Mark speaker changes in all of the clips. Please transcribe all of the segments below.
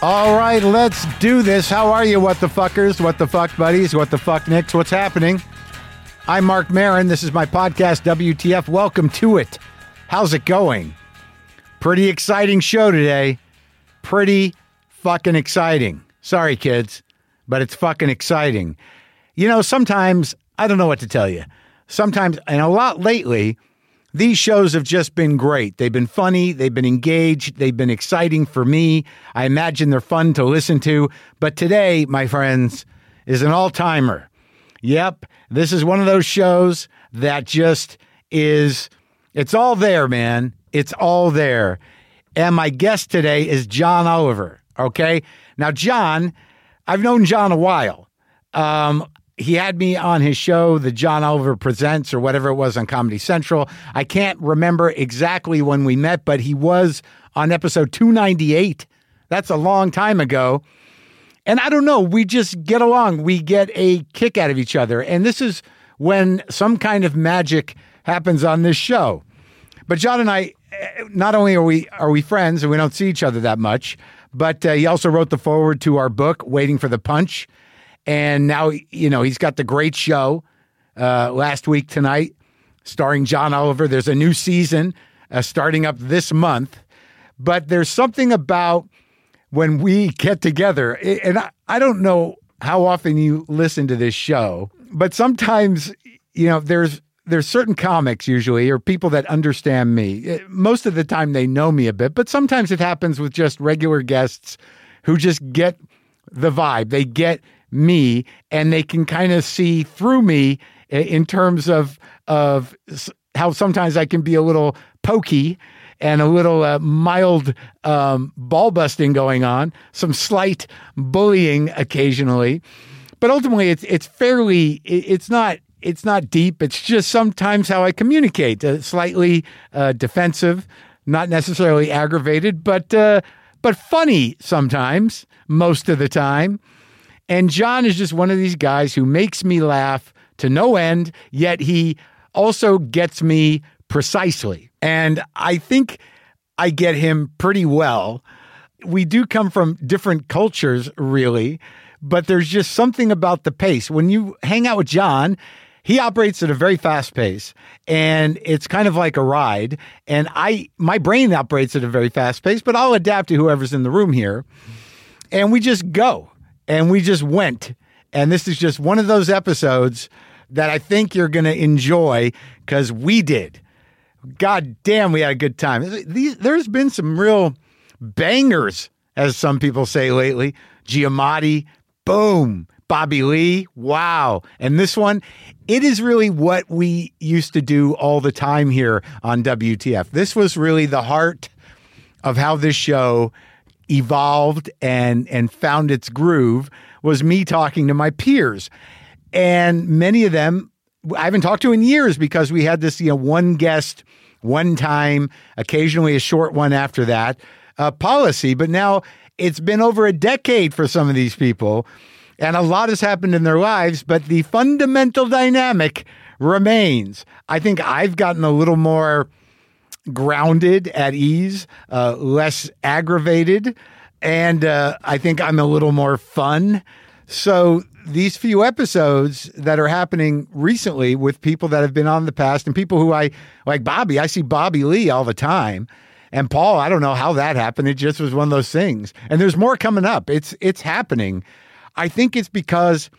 Speaker 1: All right, let's do this. How are you, what the fuckers? What the fuck buddies? What the fuck nicks? What's happening? I'm Mark Marin. This is my podcast, WTF. Welcome to it. How's it going? Pretty exciting show today. Pretty fucking exciting. Sorry, kids, but it's fucking exciting. You know, sometimes I don't know what to tell you. Sometimes, and a lot lately, these shows have just been great. They've been funny, they've been engaged, they've been exciting for me. I imagine they're fun to listen to. But today, my friends, is an all timer. Yep, this is one of those shows that just is, it's all there, man. It's all there. And my guest today is John Oliver. Okay. Now, John, I've known John a while. Um, he had me on his show, the John Oliver Presents or whatever it was on Comedy Central. I can't remember exactly when we met, but he was on episode 298. That's a long time ago. And I don't know, we just get along. We get a kick out of each other. And this is when some kind of magic happens on this show. But John and I, eh, not only are we are we friends and we don't see each other that much, but uh, he also wrote the forward to our book, Waiting for the Punch. And now, you know, he's got the great show uh, last week tonight, starring John Oliver. There's a new season uh, starting up this month. But there's something about when we get together, a- and I, I don't know how often you listen to this show, but sometimes you know there's there's certain comics usually or people that understand me. Eh, Most of the time they know me a bit, but sometimes it happens with just regular guests who just get the vibe. They get me and they can kind of see through me i- in terms of of s- how sometimes I can be a little pokey and a little uh, mild um, ball busting going on, some slight bullying occasionally, but ultimately it's it's fairly i- it's not it's not deep. It's just sometimes how I communicate, uh, slightly uh, defensive, not necessarily aggravated, but uh, but funny sometimes, most of the time. And John is just one of these guys who makes me laugh to no end, yet he also gets me precisely. And I think I get him pretty well. We do come from different cultures, really, but there's just something about the pace. When you hang out with John, he operates at a very fast pace and it's kind of like a ride and i my brain operates at a very fast pace but i'll adapt to whoever's in the room here and we just go and we just went. And this is just one of those episodes that I think you're going to enjoy because we did. God damn, we had a good time. These, there's been some real bangers, as some people say lately. Giamatti, boom. Bobby Lee, wow. And this one, it is really what we used to do all the time here on WTF. This was really the heart of how this show evolved and and found its groove was me talking to my peers and many of them I haven't talked to in years because we had this you know one guest one time occasionally a short one after that uh, policy but now it's been over a decade for some of these people and a lot has happened in their lives but the fundamental dynamic remains I think I've gotten a little more grounded, at ease, uh, less aggravated, and uh, I think I'm a little more fun. So these few episodes that are happening recently with people that have been on in the past and people who I like Bobby, I see Bobby Lee all the time. And Paul, I don't know how that happened. It just was one of those things. And there's more coming up. It's it's happening. I think it's because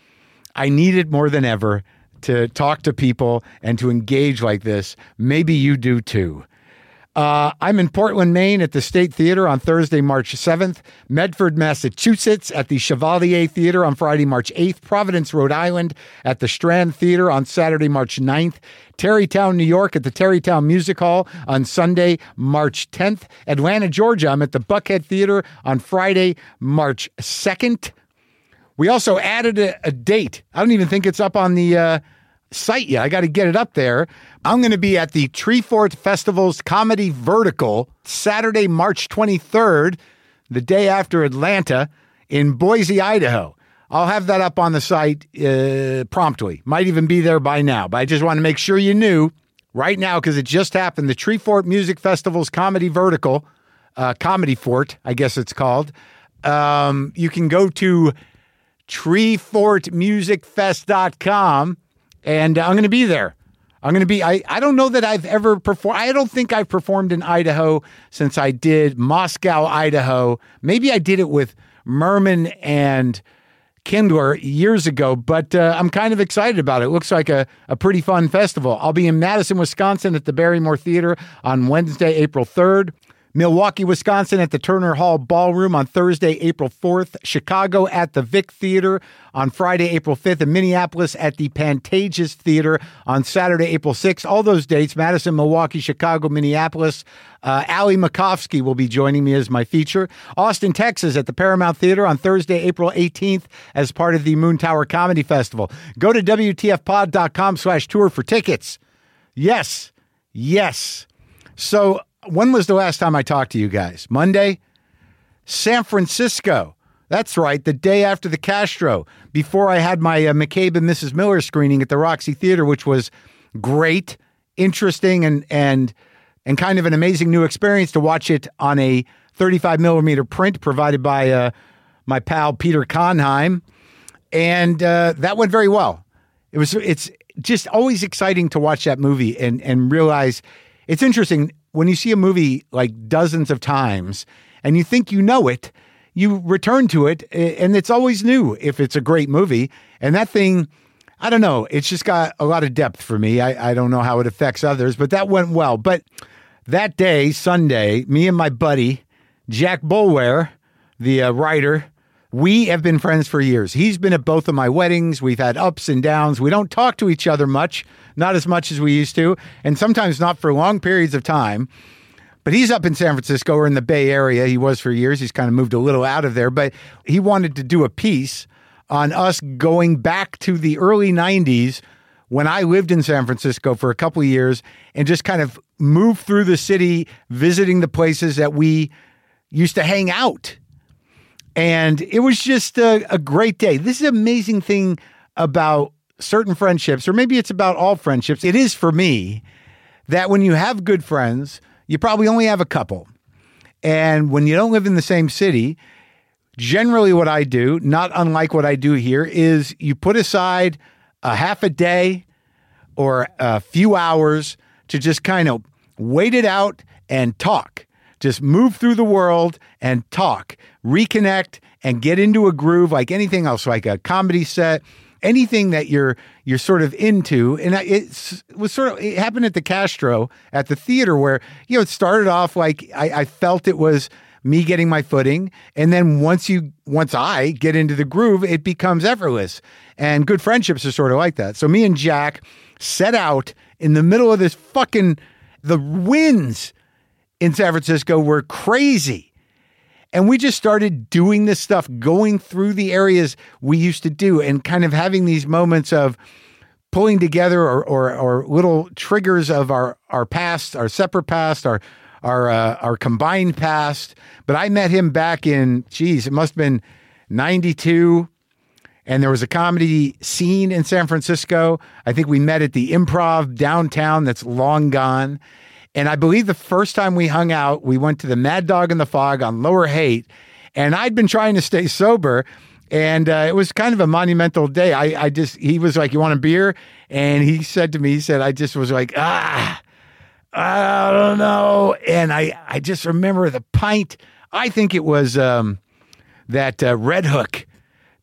Speaker 1: I need it more than ever to talk to people and to engage like this. Maybe you do too. Uh, I'm in Portland, Maine at the State Theater on Thursday, March 7th, Medford, Massachusetts at the Chevalier Theater on Friday, March 8th, Providence, Rhode Island at the Strand Theater on Saturday, March 9th, Terrytown, New York at the Terrytown Music Hall on Sunday, March 10th, Atlanta, Georgia. I'm at the Buckhead Theater on Friday, March 2nd. We also added a, a date. I don't even think it's up on the uh, site yet. I got to get it up there. I'm going to be at the Treefort Festival's Comedy Vertical Saturday, March 23rd, the day after Atlanta in Boise, Idaho. I'll have that up on the site uh, promptly. Might even be there by now, but I just want to make sure you knew right now because it just happened. The Treefort Music Festival's Comedy Vertical, uh, Comedy Fort, I guess it's called, Um, you can go to treefortmusicfest.com and I'm going to be there. I'm going to be, I, I don't know that I've ever performed, I don't think I've performed in Idaho since I did Moscow, Idaho. Maybe I did it with Merman and Kindler years ago, but uh, I'm kind of excited about it. It looks like a, a pretty fun festival. I'll be in Madison, Wisconsin at the Barrymore Theater on Wednesday, April 3rd. Milwaukee, Wisconsin at the Turner Hall Ballroom on Thursday, April 4th. Chicago at the Vic Theater on Friday, April 5th. And Minneapolis at the Pantages Theater on Saturday, April 6th. All those dates Madison, Milwaukee, Chicago, Minneapolis. Uh, Ali Makovsky will be joining me as my feature. Austin, Texas at the Paramount Theater on Thursday, April 18th as part of the Moon Tower Comedy Festival. Go to WTFpod.com slash tour for tickets. Yes. Yes. So when was the last time I talked to you guys? Monday? San Francisco. That's right, the day after the Castro, before I had my uh, McCabe and Mrs. Miller screening at the Roxy Theater, which was great, interesting, and and and kind of an amazing new experience to watch it on a 35 millimeter print provided by uh, my pal Peter Conheim, and uh, that went very well. It was it's just always exciting to watch that movie and and realize it's interesting when you see a movie like dozens of times and you think you know it, you return to it a- and it's always new if it's a great movie. And that thing, I don't know, it's just got a lot of depth for me. I, I don't know how it affects others, but that went well. But that day, Sunday, me and my buddy, Jack Bulware, the uh, writer, we have been friends for years. He's been at both of my weddings. We've had ups and downs. We don't talk to each other much, not as much as we used to, and sometimes not for long periods of time. But he's up in San Francisco or in the Bay Area. He was for years. He's kind of moved a little out of there, but he wanted to do a piece on us going back to the early 90s when I lived in San Francisco for a couple of years and just kind of move through the city, visiting the places that we used to hang out and it was just a, a great day. This is an amazing thing about certain friendships, or maybe it's about all friendships. It is for me that when you have good friends, you probably only have a couple. And when you don't live in the same city, generally what I do, not unlike what I do here, is you put aside a half a day or a few hours to just kind of wait it out and talk. Just move through the world and talk, reconnect and get into a groove like anything else, like a comedy set, anything that you're you're sort of into. And I- it's- it was sort of it happened at the Castro at the theater where you know it started off like I, I felt it was me getting my footing and then once you once i get into the groove it becomes effortless and good friendships are sort of like that so me and jack set out in the middle of this fucking the winds in san francisco were crazy and we just started doing this stuff going through the areas we used to do and kind of having these moments of pulling together or, or, or little triggers of our, our past, our separate past, our, our, uh, our combined past. But I met him back in, geez, it must have been 92. And there was a comedy scene in San Francisco. I think we met at the improv downtown that's long gone. And I believe the first time we hung out, we went to the Mad Dog and the Fog on Lower Haight. And I'd been trying to stay sober. And uh, it was kind of a monumental day. I, I just, he was like, You want a beer? And he said to me, He said, I just was like, Ah, I don't know. And I, I just remember the pint. I think it was um, that uh, Red Hook,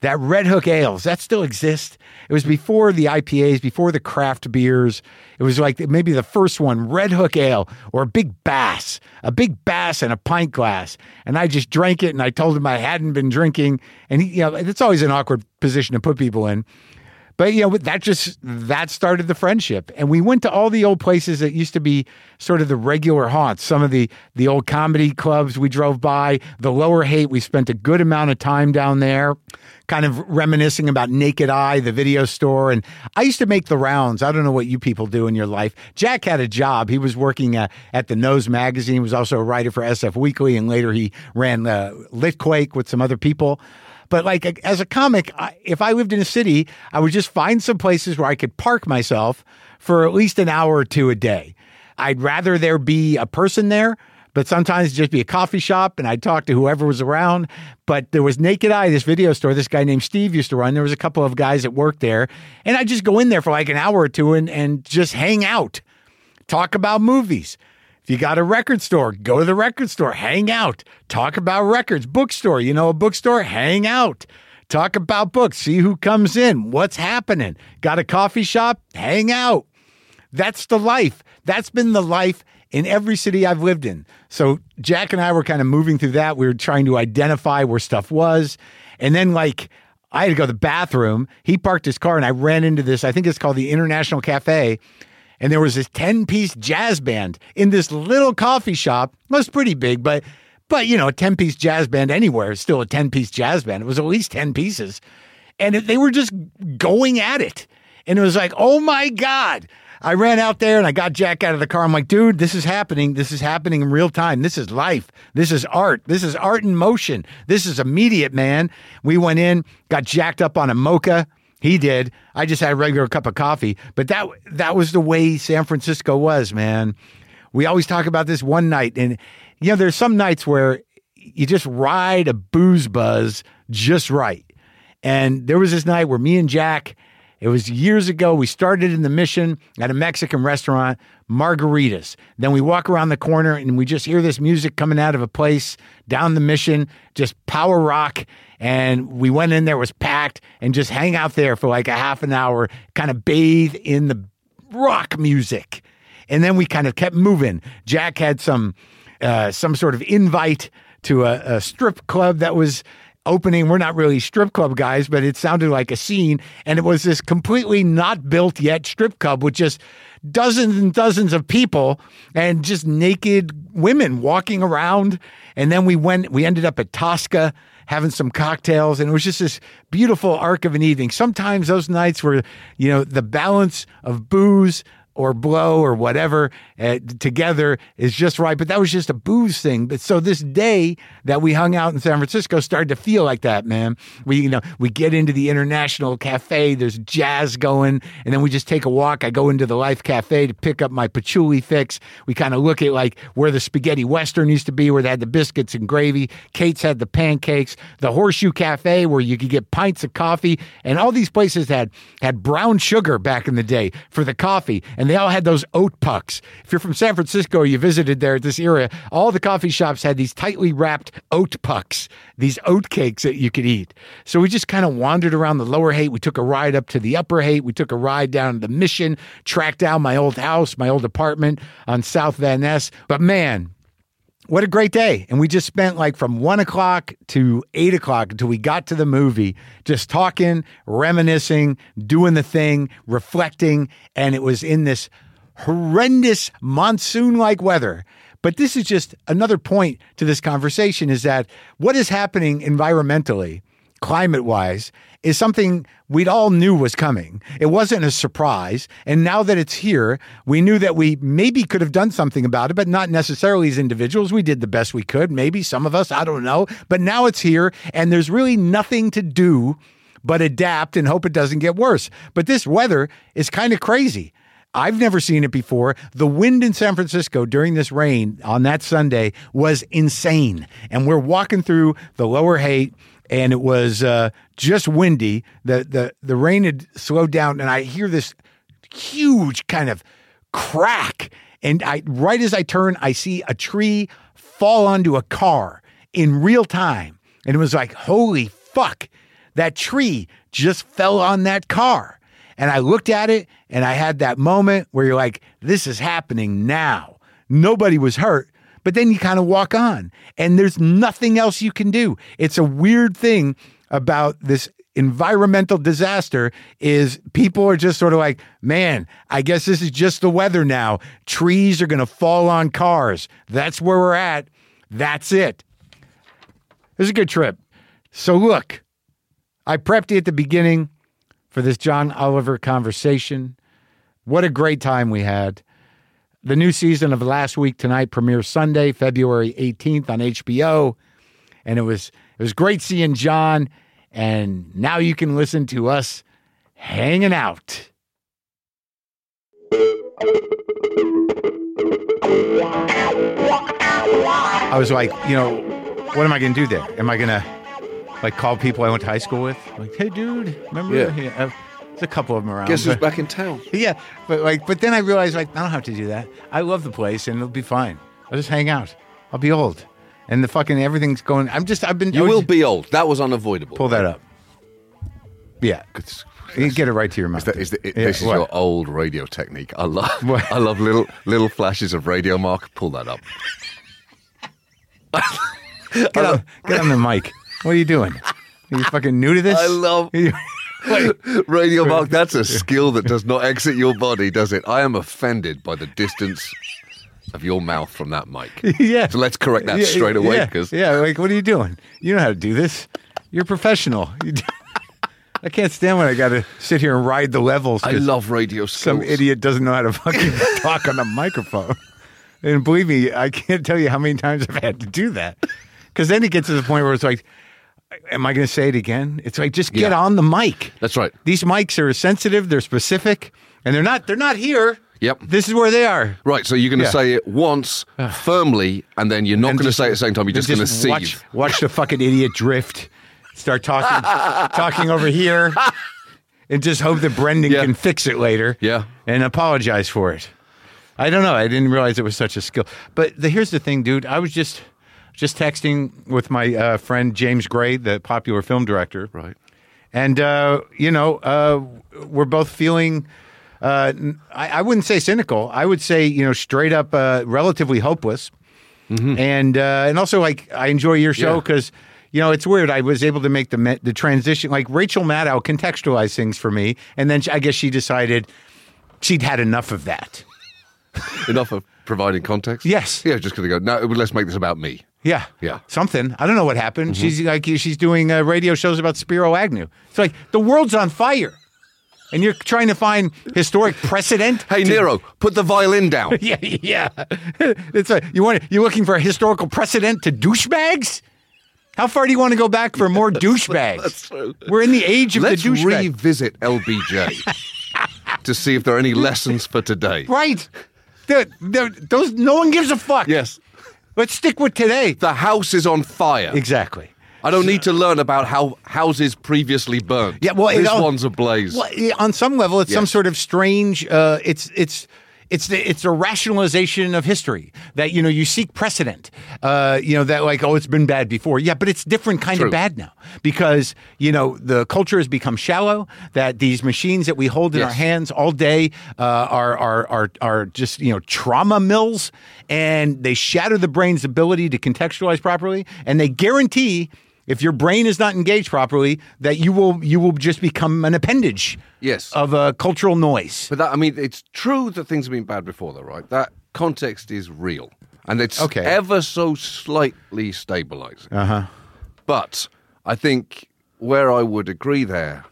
Speaker 1: that Red Hook Ales. That still exists. It was before the IPAs, before the craft beers. It was like maybe the first one, Red Hook Ale or a big bass, a big bass and a pint glass. And I just drank it and I told him I hadn't been drinking. And he, you know, it's always an awkward position to put people in. But you know, that just that started the friendship, and we went to all the old places that used to be sort of the regular haunts. Some of the the old comedy clubs we drove by, the Lower Haight. We spent a good amount of time down there, kind of reminiscing about Naked Eye, the video store. And I used to make the rounds. I don't know what you people do in your life. Jack had a job. He was working uh, at the Nose magazine. He was also a writer for SF Weekly, and later he ran uh, Litquake with some other people. But like as a comic, I, if I lived in a city, I would just find some places where I could park myself for at least an hour or two a day. I'd rather there be a person there but sometimes it'd just be a coffee shop and I'd talk to whoever was around. But there was Naked Eye, this video store, this guy named Steve used to run. There was a couple of guys that worked there. And I'd just go in there for like an hour or two and, and just hang out, talk about movies. If you got a record store, go to the record store, hang out, talk about records. Bookstore, you know, a bookstore, hang out, talk about books, see who comes in, what's happening. Got a coffee shop, hang out. That's the life. That's been the life in every city I've lived in. So Jack and I were kind of moving through that. We were trying to identify where stuff was. And then, like, I had to go to the bathroom. He parked his car and I ran into this, I think it's called the International Cafe. And there was this 10 piece jazz band in this little coffee shop. It was pretty big, but. But you know, a 10 piece jazz band anywhere is still a 10 piece jazz band. It was at least 10 pieces. And it- they were just going at it. And it was like, oh my God. I ran out there and I got Jack out of the car. I'm like, dude, this is happening. This is happening in real time. This is life. This is art. This is art in motion. This is immediate, man. We went in, got jacked up on a mocha. He did. I just had a regular cup of coffee. But that that was the way San Francisco was, man. We always talk about this one night. And you know, there's some nights where you just ride a booze buzz just right. And there was this night where me and Jack, it was years ago, we started in the mission at a Mexican restaurant, margaritas. Then we walk around the corner and we just hear this music coming out of a place down the mission, just power rock. And we went in there, it was packed, and just hang out there for like a half an hour, kind of bathe in the rock music. And then we kind of kept moving. Jack had some uh, some sort of invite to a, a strip club that was opening. We're not really strip club guys, but it sounded like a scene. And it was this completely not built yet strip club with just dozens and dozens of people and just naked women walking around. And then we went. We ended up at Tosca having some cocktails and it was just this beautiful arc of an evening sometimes those nights were you know the balance of booze or blow or whatever uh, together is just right. But that was just a booze thing. But so this day that we hung out in San Francisco started to feel like that, man. We you know we get into the international cafe. There's jazz going, and then we just take a walk. I go into the Life Cafe to pick up my patchouli fix. We kind of look at like where the spaghetti western used to be, where they had the biscuits and gravy. Kate's had the pancakes. The Horseshoe Cafe where you could get pints of coffee, and all these places had had brown sugar back in the day for the coffee, and they all had those oat pucks. If you're from San Francisco, you visited there at this area, all the coffee shops had these tightly wrapped oat pucks, these oat cakes that you could eat. So we just kind of wandered around the lower hate. We took a ride up to the upper hate. We took a ride down to the mission, tracked down my old house, my old apartment on South Van Ness. But man, what a great day. And we just spent like from one o'clock to eight o'clock until we got to the movie, just talking, reminiscing, doing the thing, reflecting. And it was in this horrendous monsoon like weather. But this is just another point to this conversation is that what is happening environmentally climate wise is something we'd all knew was coming. It wasn't a surprise. And now that it's here, we knew that we maybe could have done something about it, but not necessarily as individuals. We did the best we could, maybe some of us, I don't know. But now it's here, and there's really nothing to do but adapt and hope it doesn't get worse. But this weather is kind of crazy. I've never seen it before. The wind in San Francisco during this rain on that Sunday was insane. And we're walking through the lower hate and it was uh, just windy. The, the the rain had slowed down and I hear this huge kind of crack. And I right as I turn, I see a tree fall onto a car in real time. And it was like, holy fuck, that tree just fell on that car. And I looked at it and I had that moment where you're like, this is happening now. Nobody was hurt. But then you kind of walk on and there's nothing else you can do. It's a weird thing about this environmental disaster is people are just sort of like, man, I guess this is just the weather now. Trees are going to fall on cars. That's where we're at. That's it. It was a good trip. So look, I prepped you at the beginning for this John Oliver conversation. What a great time we had. The new season of Last Week Tonight premieres Sunday, February 18th on HBO. And it was it was great seeing John. And now you can listen to us hanging out. I was like, you know, what am I going to do there? Am I going to like call people I went to high school with? Like, hey, dude, remember?
Speaker 2: Yeah.
Speaker 1: uh, there's a couple of them around.
Speaker 2: Guess who's
Speaker 1: but-
Speaker 2: back in town?
Speaker 1: yeah, but like, but then I realized like I don't have to do that. I love the place, and it'll be fine. I'll just hang out. I'll be old, and the fucking everything's going. I'm just. I've been.
Speaker 2: You
Speaker 1: I was-
Speaker 2: will be old. That was unavoidable.
Speaker 1: pull that up. Yeah, you get it right to your mouth.
Speaker 3: That is the, it,
Speaker 1: Yeah,
Speaker 3: this is
Speaker 1: what?
Speaker 3: your old radio technique. I love
Speaker 1: What?
Speaker 3: I love little little flashes of radio mark. Pull that up.
Speaker 1: get on, get on the mic. What are you doing? Are you fucking new to this?
Speaker 3: I love radio mark. That's a skill that does not exit your body, does it? I am offended by the distance of your mouth from that mic.
Speaker 1: yeah.
Speaker 3: So let's correct that
Speaker 1: Yeah,
Speaker 3: straight away
Speaker 1: yeah,
Speaker 3: because
Speaker 1: yeah, like what are you doing? You know how to do this. You're a professional. You do- I can't stand when I got to sit here and ride the levels.
Speaker 3: I
Speaker 1: 'cause
Speaker 3: love radio
Speaker 1: some
Speaker 3: skills.
Speaker 1: idiot doesn't know how to fucking talk on a microphone. And believe me, I can't tell you how many times I've had to do that. Because then it gets to the point where it's like, am I going to say it again? It's like just get
Speaker 3: Yeah.
Speaker 1: on the mic.
Speaker 3: That's right.
Speaker 1: These mics are sensitive. They're specific, and they're not. They're not here.
Speaker 3: Yep.
Speaker 1: This is where they are.
Speaker 3: Right, so you're going to
Speaker 1: Yeah.
Speaker 3: say it once firmly, and then you're not
Speaker 1: And
Speaker 3: going to
Speaker 1: just-
Speaker 3: say it at the same time. You're just,
Speaker 1: And
Speaker 3: going to seethe.
Speaker 1: watch, watch the fucking idiot drift. Start talking, talking over here, and just hope that Brendan
Speaker 3: Yeah.
Speaker 1: can fix it later.
Speaker 3: Yeah.
Speaker 1: and apologize for it. I don't know. I didn't realize it was such a skill. But the, here's the thing, dude. I was just just texting with my uh, friend James Gray, the popular film director.
Speaker 3: Right.
Speaker 1: And, uh, you know, uh, we're both feeling, uh, n- I, I wouldn't say cynical. I would say, you know, straight up uh, relatively hopeless. And uh, and also, like, I enjoy your show
Speaker 3: Yeah.
Speaker 1: because, you know, it's weird. I was able to make the, me- the transition. Like, Rachel Maddow contextualized things for me. And then she- I guess she decided she'd had enough of that.
Speaker 3: Enough of providing context.
Speaker 1: Yes.
Speaker 3: Yeah, just going to go. No, let's make this about me.
Speaker 1: Yeah.
Speaker 3: Yeah. Mm-hmm.
Speaker 1: Something. I don't know what happened. She's like she's doing uh, radio shows about Spiro Agnew. It's like the world's on fire. And you're trying to find historic precedent?
Speaker 3: Hey Nero, put the violin down.
Speaker 1: Yeah, yeah. It's like you want you're looking for a historical precedent to douchebags? How far do you want to go back for more douchebags?
Speaker 3: that's true.
Speaker 1: We're in the age of
Speaker 3: Let's
Speaker 1: the douchebag.
Speaker 3: revisit LBJ to see if there are any lessons for today.
Speaker 1: right. The- the- those no one gives a fuck.
Speaker 3: Yes.
Speaker 1: Let's stick with today.
Speaker 3: The house is on fire.
Speaker 1: Exactly.
Speaker 3: I don't need to learn about how houses previously burned.
Speaker 1: Yeah, well, it
Speaker 3: this
Speaker 1: all-
Speaker 3: one's ablaze.
Speaker 1: Well, yeah, on some level, it's some
Speaker 3: Yes.
Speaker 1: sort of strange. Uh, it's it's. It's the, it's a rationalization of history that you know you seek precedent, uh, you know that like oh it's been bad before yeah but it's different kind
Speaker 3: True.
Speaker 1: of bad now because you know the culture has become shallow that these machines that we hold in our
Speaker 3: Yes.
Speaker 1: hands all day uh, are, are are are just you know trauma mills and they shatter the brain's ability to contextualize properly and they guarantee if your brain is not engaged properly that you will you will just become an appendage
Speaker 3: Yes.
Speaker 1: of a cultural noise
Speaker 3: But that, I mean, it's true that things have been bad before, though, right? That context is real, and it's
Speaker 1: Okay. Uh-huh.
Speaker 3: ever so slightly stabilizing. Uh huh. But I think where I would agree there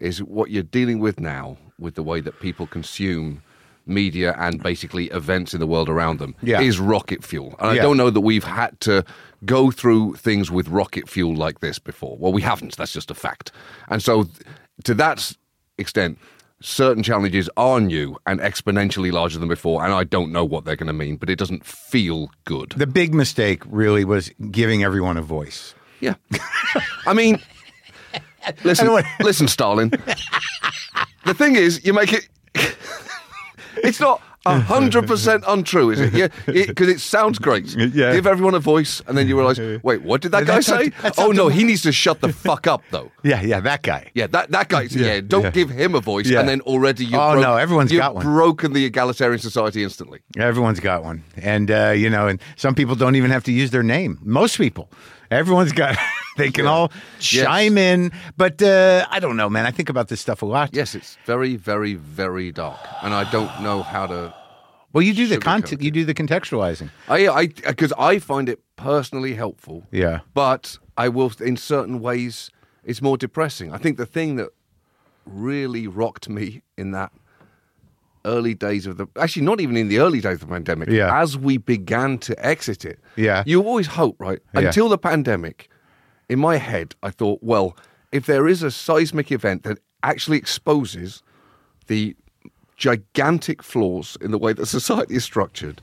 Speaker 3: is what you're dealing with now with the way that people consume media and basically events in the world around them
Speaker 1: Yeah.
Speaker 3: is rocket fuel. And
Speaker 1: Yeah.
Speaker 3: I don't know that we've had to go through things with rocket fuel like this before. Well, we haven't. That's just a fact. And so, th- to that s- extent, certain challenges are new and exponentially larger than before. And I don't know what they're going to mean, but it doesn't feel good.
Speaker 1: the big mistake really was giving everyone a voice
Speaker 3: Yeah. I mean, listen,
Speaker 1: don't want-
Speaker 3: listen, Stalin. The thing is, you make it. it's not hundred percent untrue, is it? Yeah, because it, sounds great.
Speaker 1: Yeah.
Speaker 3: Give everyone a voice, and then you realise, wait, what did that
Speaker 1: Yeah,
Speaker 3: guy
Speaker 1: that's not-
Speaker 3: say?
Speaker 1: that's
Speaker 3: oh
Speaker 1: not
Speaker 3: no,
Speaker 1: the-
Speaker 3: he needs to shut the fuck up, though.
Speaker 1: yeah yeah that guy
Speaker 3: Yeah, that that guy. Yeah,
Speaker 1: Yeah,
Speaker 3: don't
Speaker 1: yeah.
Speaker 3: give him a voice,
Speaker 1: Yeah.
Speaker 3: and then already you.
Speaker 1: Oh, no, everyone's
Speaker 3: you've
Speaker 1: got one.
Speaker 3: Broken the egalitarian society instantly.
Speaker 1: Everyone's got one, and uh, you know, and some people don't even have to use their name. Most people, everyone's got. they can all chime in, but uh, I don't know, man. I think about this stuff a lot.
Speaker 3: Yes, it's very, very, very dark, and I don't know how to
Speaker 1: Well, you do the
Speaker 3: Sugarcoat
Speaker 1: content, you do the contextualizing.
Speaker 3: I, I, because I find it personally helpful.
Speaker 1: Yeah.
Speaker 3: But I will, in certain ways, it's more depressing. I think the thing that really rocked me in that early days of the, actually, not even in the early days of the pandemic,
Speaker 1: Yeah.
Speaker 3: as we began to exit it,
Speaker 1: Yeah.
Speaker 3: you always hope, right?
Speaker 1: Yeah.
Speaker 3: Until the pandemic, in my head, I thought, well, if there is a seismic event that actually exposes the gigantic flaws in the way that society is structured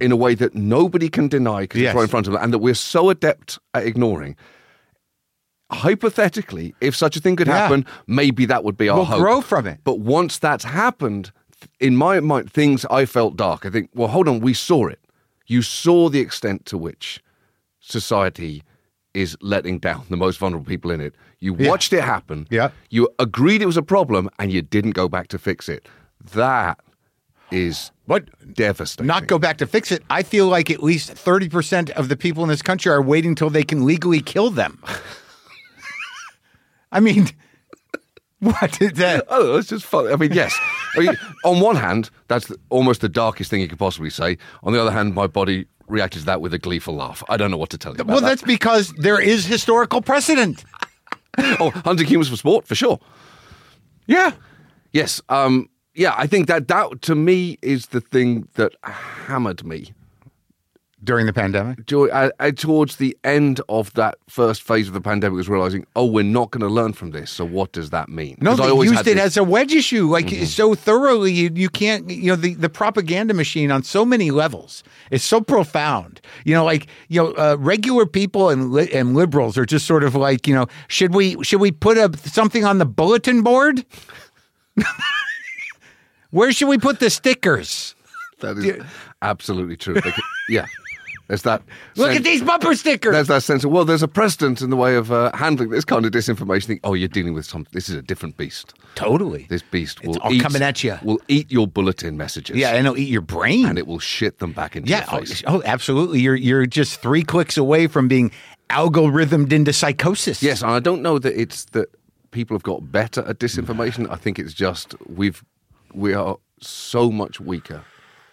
Speaker 3: in a way that nobody can deny because
Speaker 1: Yes.
Speaker 3: it's right in front of them and that we're so adept at ignoring. Hypothetically, if such a thing could
Speaker 1: Yeah.
Speaker 3: happen, maybe that would be our
Speaker 1: We'll
Speaker 3: hope.
Speaker 1: grow from it.
Speaker 3: But once that's happened, th- in my mind, things I felt dark. I think, well, hold on, we saw it. You saw the extent to which society is letting down the most vulnerable people in it. You
Speaker 1: Yeah.
Speaker 3: watched it happen.
Speaker 1: Yeah.
Speaker 3: You agreed it was a problem and you didn't go back to fix it. That is
Speaker 1: But
Speaker 3: devastating.
Speaker 1: not go back to fix it. I feel like at least 30% of the people in this country are waiting till they can legally kill them. I mean, what is that?
Speaker 3: Oh, that's just fun. I mean, yes. I mean, on one hand, that's almost the darkest thing you could possibly say. On the other hand, my body reacted to that with a gleeful laugh. I don't know what to tell you. About
Speaker 1: Well,
Speaker 3: that.
Speaker 1: that's because there is historical precedent.
Speaker 3: oh, hunting humans for sport for sure. Yeah. Yes. Um. Yeah. I think that that to me is the thing that hammered me
Speaker 1: During the pandemic?
Speaker 3: Joy, I, I, uh, towards the end of that first phase of the pandemic. Was realizing, oh, we're not going to learn from this. So what does that mean?
Speaker 1: No,
Speaker 3: 'Cause I
Speaker 1: they
Speaker 3: always
Speaker 1: used
Speaker 3: had
Speaker 1: it
Speaker 3: this- Mm-hmm.
Speaker 1: as a wedge issue, like so thoroughly. You, you can't, you know, the, the propaganda machine on so many levels is so profound. You know, like you know, uh, regular people and li- and liberals are just sort of like, you know, should we should we put up something on the bulletin board? Where should we put the stickers?
Speaker 3: That is absolutely true. Like, yeah. There's that.
Speaker 1: Look
Speaker 3: sense-
Speaker 1: at these bumper stickers.
Speaker 3: There's that sense of well, there's a precedent in the way of uh, handling this kind of disinformation. Think, oh, you're dealing with something. This is a different beast.
Speaker 1: totally.
Speaker 3: This beast will
Speaker 1: all
Speaker 3: eat,
Speaker 1: coming at ya.
Speaker 3: Will eat your bulletin messages.
Speaker 1: Yeah, and it'll eat your brain.
Speaker 3: and it will shit them back into
Speaker 1: Yeah.
Speaker 3: your face.
Speaker 1: Oh, oh, absolutely. You're you're just three clicks away from being algorithmed into psychosis.
Speaker 3: Yes, and I don't know that it's that people have got better at disinformation. I think it's just we've we are so much weaker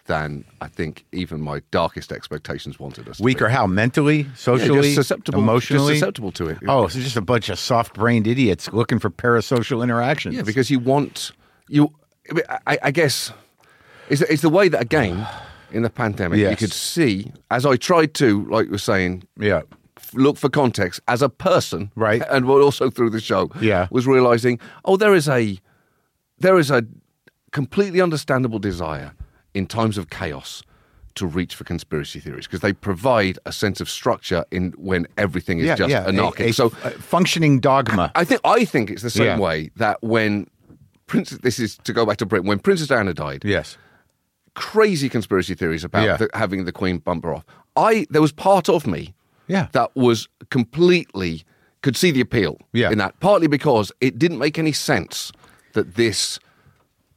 Speaker 3: than I think even my darkest expectations wanted us. to be.
Speaker 1: Weaker how? Mentally,
Speaker 3: Yeah, just
Speaker 1: socially,
Speaker 3: susceptible, just
Speaker 1: emotionally.
Speaker 3: susceptible to it.
Speaker 1: Oh, so just a bunch of soft-brained idiots looking for parasocial interactions.
Speaker 3: Yeah, because you want you. I, I guess it's, it's the way that again in the pandemic you
Speaker 1: Yes.
Speaker 3: could see as I tried to, like you were saying,
Speaker 1: yeah,
Speaker 3: f- look for context as a person,
Speaker 1: Right.
Speaker 3: And what also through the show,
Speaker 1: Yeah.
Speaker 3: was realizing oh there is a there is a completely understandable desire in times of chaos to reach for conspiracy theories because they provide a sense of structure in when everything is
Speaker 1: yeah,
Speaker 3: just
Speaker 1: yeah.
Speaker 3: anarchic.
Speaker 1: A- a
Speaker 3: so
Speaker 1: f- a functioning dogma.
Speaker 3: I think I think it's the same
Speaker 1: Yeah.
Speaker 3: way that when Princess this is to go back to Britain when Princess Diana died,
Speaker 1: yes.
Speaker 3: crazy conspiracy theories about
Speaker 1: Yeah.
Speaker 3: the, having the Queen bump her off. I there was part of me
Speaker 1: Yeah.
Speaker 3: that was completely could see the appeal
Speaker 1: Yeah.
Speaker 3: in that partly because it didn't make any sense that this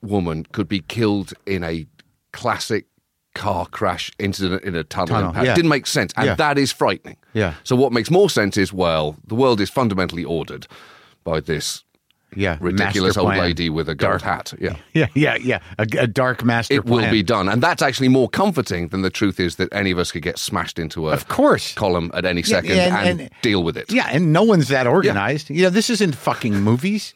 Speaker 3: woman could be killed in a classic car crash incident in a tunnel,
Speaker 1: Tunnel,
Speaker 3: impact.
Speaker 1: yeah.
Speaker 3: Didn't make sense, and
Speaker 1: Yeah.
Speaker 3: that is frightening.
Speaker 1: Yeah.
Speaker 3: So what makes more sense is well, the world is fundamentally ordered by this
Speaker 1: Yeah.
Speaker 3: ridiculous
Speaker 1: master
Speaker 3: old
Speaker 1: plan.
Speaker 3: lady with a gold hat. Yeah.
Speaker 1: Yeah, yeah, yeah. A, a dark master
Speaker 3: It will
Speaker 1: plan.
Speaker 3: be done. And that's actually more comforting than the truth is that any of us could get smashed into a
Speaker 1: Of course.
Speaker 3: column at any second
Speaker 1: yeah, and-
Speaker 3: and,
Speaker 1: and-
Speaker 3: deal with it.
Speaker 1: Yeah, and no one's that organized. You know, this isn't fucking movies.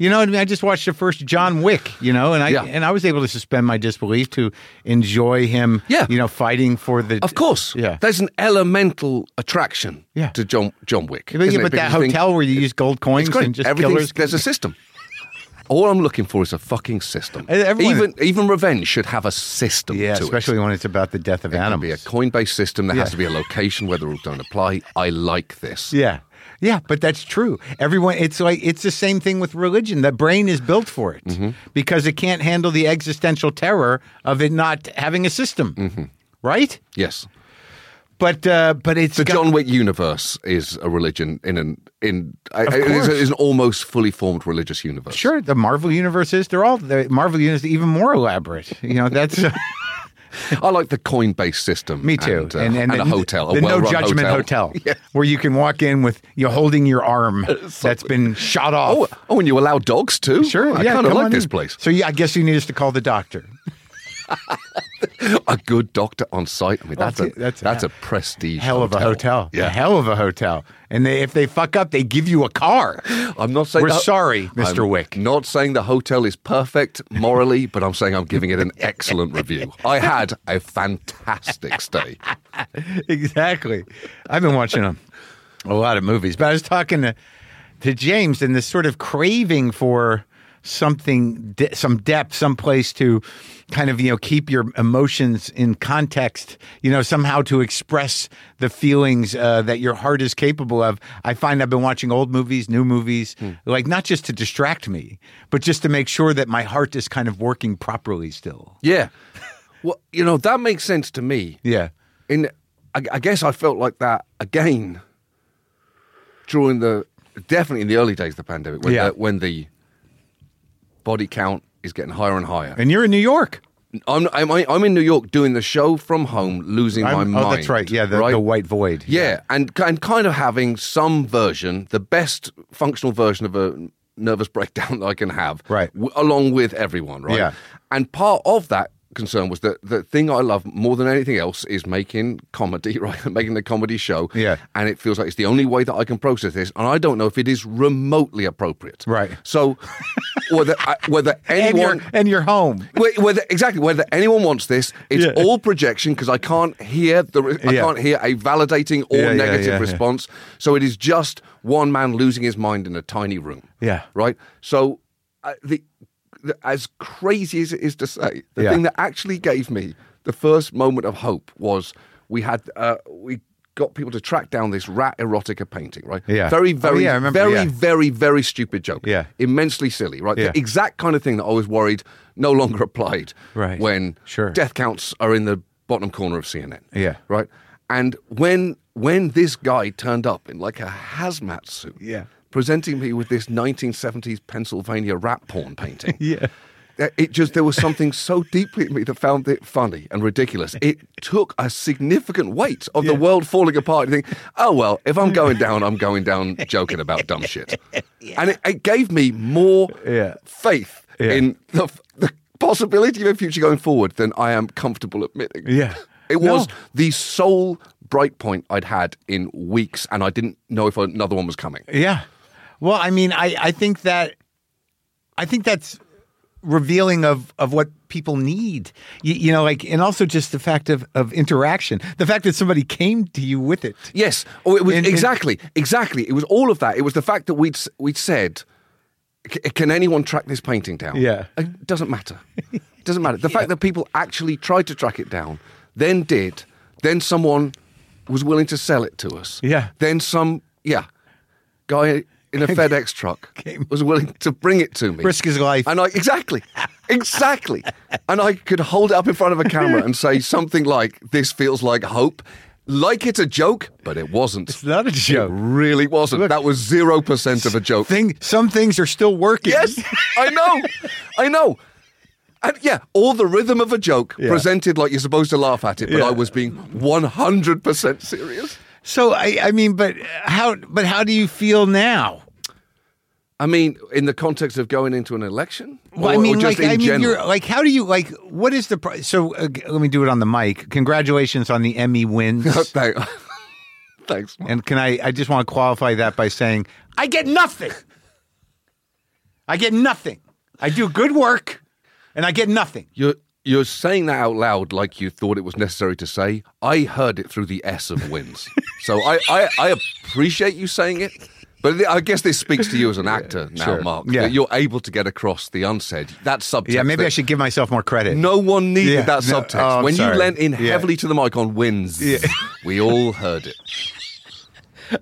Speaker 1: You know what I mean? I just watched the first John Wick, you know, and I
Speaker 3: Yeah.
Speaker 1: and I was able to suspend my disbelief to enjoy him,
Speaker 3: Yeah.
Speaker 1: you know, fighting for the
Speaker 3: Of course.
Speaker 1: Yeah.
Speaker 3: There's an elemental attraction
Speaker 1: Yeah.
Speaker 3: to John John Wick.
Speaker 1: But,
Speaker 3: isn't
Speaker 1: yeah,
Speaker 3: it?
Speaker 1: but that
Speaker 3: Because you think,
Speaker 1: hotel where you use gold coins
Speaker 3: it's great.
Speaker 1: and just
Speaker 3: Everything's-
Speaker 1: killers.
Speaker 3: There's a system. All I'm looking for is a fucking system.
Speaker 1: Uh, everyone-
Speaker 3: even even revenge should have a system
Speaker 1: yeah,
Speaker 3: to it.
Speaker 1: especially when it's about the death of
Speaker 3: There'll be a
Speaker 1: animals.
Speaker 3: coin-based system. There
Speaker 1: Yeah.
Speaker 3: has to be a location where the rules don't apply. I like this.
Speaker 1: yeah. Yeah, but that's true. Everyone it's like it's the same thing with religion. The brain is built for it
Speaker 3: Mm-hmm.
Speaker 1: because it can't handle the existential terror of it not having a system.
Speaker 3: Mm-hmm.
Speaker 1: Right?
Speaker 3: Yes.
Speaker 1: But uh but it's
Speaker 3: The
Speaker 1: got-
Speaker 3: John Wick universe is a religion in an in I-
Speaker 1: Of
Speaker 3: it is,
Speaker 1: course.
Speaker 3: is an almost fully formed religious universe.
Speaker 1: Sure, the Marvel universe is. They're all the Marvel universe is even more elaborate. You know, that's uh,
Speaker 3: I like the coin-based system.
Speaker 1: me too.
Speaker 3: And, uh, a hotel, a
Speaker 1: the no
Speaker 3: well-run
Speaker 1: judgment hotel,
Speaker 3: Yeah.
Speaker 1: where you can walk in with you holding your arm that's been shot off.
Speaker 3: Oh, oh, and you allow dogs too?
Speaker 1: sure,
Speaker 3: I
Speaker 1: Oh, yeah,
Speaker 3: kind of
Speaker 1: come
Speaker 3: like
Speaker 1: on
Speaker 3: this
Speaker 1: in.
Speaker 3: place.
Speaker 1: So yeah, I guess you need us to call the doctor.
Speaker 3: A good doctor on site. I mean, that's a
Speaker 1: that's- that's
Speaker 3: that's,
Speaker 1: a-
Speaker 3: a prestige
Speaker 1: Hell of a hotel. A
Speaker 3: Yeah.
Speaker 1: hell of a hotel. And they, if they fuck up, they give you a car.
Speaker 3: I'm not saying
Speaker 1: We're
Speaker 3: the-
Speaker 1: sorry, Mr.
Speaker 3: I'm
Speaker 1: Wick.
Speaker 3: Not saying the hotel is perfect morally, but I'm saying I'm giving it an excellent review. I had a fantastic stay.
Speaker 1: exactly. I've been watching a, a lot of movies, but I was talking to to James and this sort of craving for something, de- some depth, some place to kind of you know keep your emotions in context. You know, somehow to express the feelings uh, that your heart is capable of. I find I've been watching old movies, new movies, like not just to distract me, but just to make sure that my heart is kind of working properly still.
Speaker 3: Yeah. Well, you know, that makes sense to me.
Speaker 1: Yeah.
Speaker 3: In, I, I guess I felt like that again during the definitely in the early days of the pandemic when
Speaker 1: Yeah.
Speaker 3: the, when the body count is getting higher and higher.
Speaker 1: And you're in New York.
Speaker 3: I'm, I'm I'm in New York doing the show from home, losing my
Speaker 1: I'm-
Speaker 3: mind.
Speaker 1: oh, that's right. Yeah, the, the white void.
Speaker 3: Yeah, and and kind of having some version, the best functional version of a nervous breakdown that I can have,
Speaker 1: Right.
Speaker 3: w- along with everyone, right?
Speaker 1: Yeah.
Speaker 3: And part of that concern was that the thing I love more than anything else is making comedy, right? making the comedy show.
Speaker 1: Yeah.
Speaker 3: And it feels like it's the only way that I can process this, and I don't know if it is remotely appropriate.
Speaker 1: Right.
Speaker 3: So whether I, whether
Speaker 1: And your
Speaker 3: anyone
Speaker 1: and your home.
Speaker 3: Wait, whether exactly whether anyone wants this, it's
Speaker 1: Yeah.
Speaker 3: all projection because I can't hear the re- I
Speaker 1: Yeah.
Speaker 3: can't hear a validating or
Speaker 1: Yeah, yeah,
Speaker 3: negative
Speaker 1: yeah, yeah.
Speaker 3: response. So it is just one man losing his mind in a tiny room.
Speaker 1: Yeah.
Speaker 3: Right. So uh, the, the as crazy as it is to say, the
Speaker 1: Yeah.
Speaker 3: thing that actually gave me the first moment of hope was we had uh, we got people to track down this rat erotica painting. Right.
Speaker 1: Yeah.
Speaker 3: Very
Speaker 1: Oh,
Speaker 3: very
Speaker 1: yeah, I remember,
Speaker 3: very
Speaker 1: yeah.
Speaker 3: very very stupid joke.
Speaker 1: Yeah.
Speaker 3: Immensely silly. Right.
Speaker 1: Yeah.
Speaker 3: The exact kind of thing that I was worried no longer applied
Speaker 1: Right.
Speaker 3: when
Speaker 1: Sure.
Speaker 3: death counts are in the bottom corner of CNN.
Speaker 1: Yeah.
Speaker 3: Right. And when when this guy turned up in like a hazmat suit,
Speaker 1: Yeah.
Speaker 3: presenting me with this 1970s Pennsylvania rat porn painting,
Speaker 1: Yeah.
Speaker 3: that it just there was something so deeply in me that found it funny and ridiculous. It took a significant weight of the world falling apart. You think, oh well, if I'm going down, I'm going down joking about dumb shit, and it, it gave me more
Speaker 1: Yeah.
Speaker 3: faith
Speaker 1: Yeah.
Speaker 3: in the, f- the possibility of a future going forward than I am comfortable admitting.
Speaker 1: Yeah.
Speaker 3: it
Speaker 1: No.
Speaker 3: was the sole bright point I'd had in weeks, and I didn't know if another one was coming.
Speaker 1: Yeah. Well, I mean, I, I think that I think that's revealing of of what people need. You, you know, like and also just the fact of, of interaction. The fact that somebody came to you with it.
Speaker 3: Yes. Oh, it was
Speaker 1: And- and-
Speaker 3: exactly, exactly. It was all of that. It was the fact that we'd s- we'd said, "C- "Can anyone track this painting down?"
Speaker 1: Yeah.
Speaker 3: It doesn't matter. It doesn't matter. The fact that people actually tried to track it down, then did, then someone was willing to sell it to us.
Speaker 1: Yeah.
Speaker 3: Then some, yeah, guy in a FedEx truck was willing to bring it to me.
Speaker 1: Risk his life.
Speaker 3: And I exactly, exactly. and I could hold it up in front of a camera and say something like, "This feels like hope." Like it's a joke, but it wasn't.
Speaker 1: It's not a
Speaker 3: It
Speaker 1: joke.
Speaker 3: really wasn't. that was zero percent of a joke.
Speaker 1: Thing some things are still working.
Speaker 3: yes, I know, I know. And yeah, all the rhythm of a joke
Speaker 1: Yeah.
Speaker 3: presented like you're supposed to laugh at it, but
Speaker 1: Yeah.
Speaker 3: I was being 100% serious.
Speaker 1: So I, I mean, but how but how do you feel now?
Speaker 3: I mean, in the context of going into an election?
Speaker 1: Well,
Speaker 3: or,
Speaker 1: I
Speaker 3: or
Speaker 1: mean,
Speaker 3: just
Speaker 1: like,
Speaker 3: in
Speaker 1: I mean,
Speaker 3: general?
Speaker 1: you're like, how do you like? What is the pri so? Uh, g- let me do it on the mic. Congratulations on the Emmy wins.
Speaker 3: Thank- Thanks.
Speaker 1: and can I? I just want to qualify that by saying I get nothing. I get nothing. I do good work, and I get nothing.
Speaker 3: You're you're saying that out loud like you thought it was necessary to say. I heard it through the S of wins. so I, I, I appreciate you saying it. But I guess this speaks to you as an actor now,
Speaker 1: sure.
Speaker 3: Mark.
Speaker 1: Yeah.
Speaker 3: That you're able to get across the unsaid. That subtext.
Speaker 1: Yeah, maybe
Speaker 3: that
Speaker 1: I should give myself more credit.
Speaker 3: No one needed
Speaker 1: Yeah,
Speaker 3: that
Speaker 1: no,
Speaker 3: subtext.
Speaker 1: oh, I'm
Speaker 3: when
Speaker 1: sorry.
Speaker 3: you lent in
Speaker 1: Yeah.
Speaker 3: heavily to the mic on wins, we all heard it.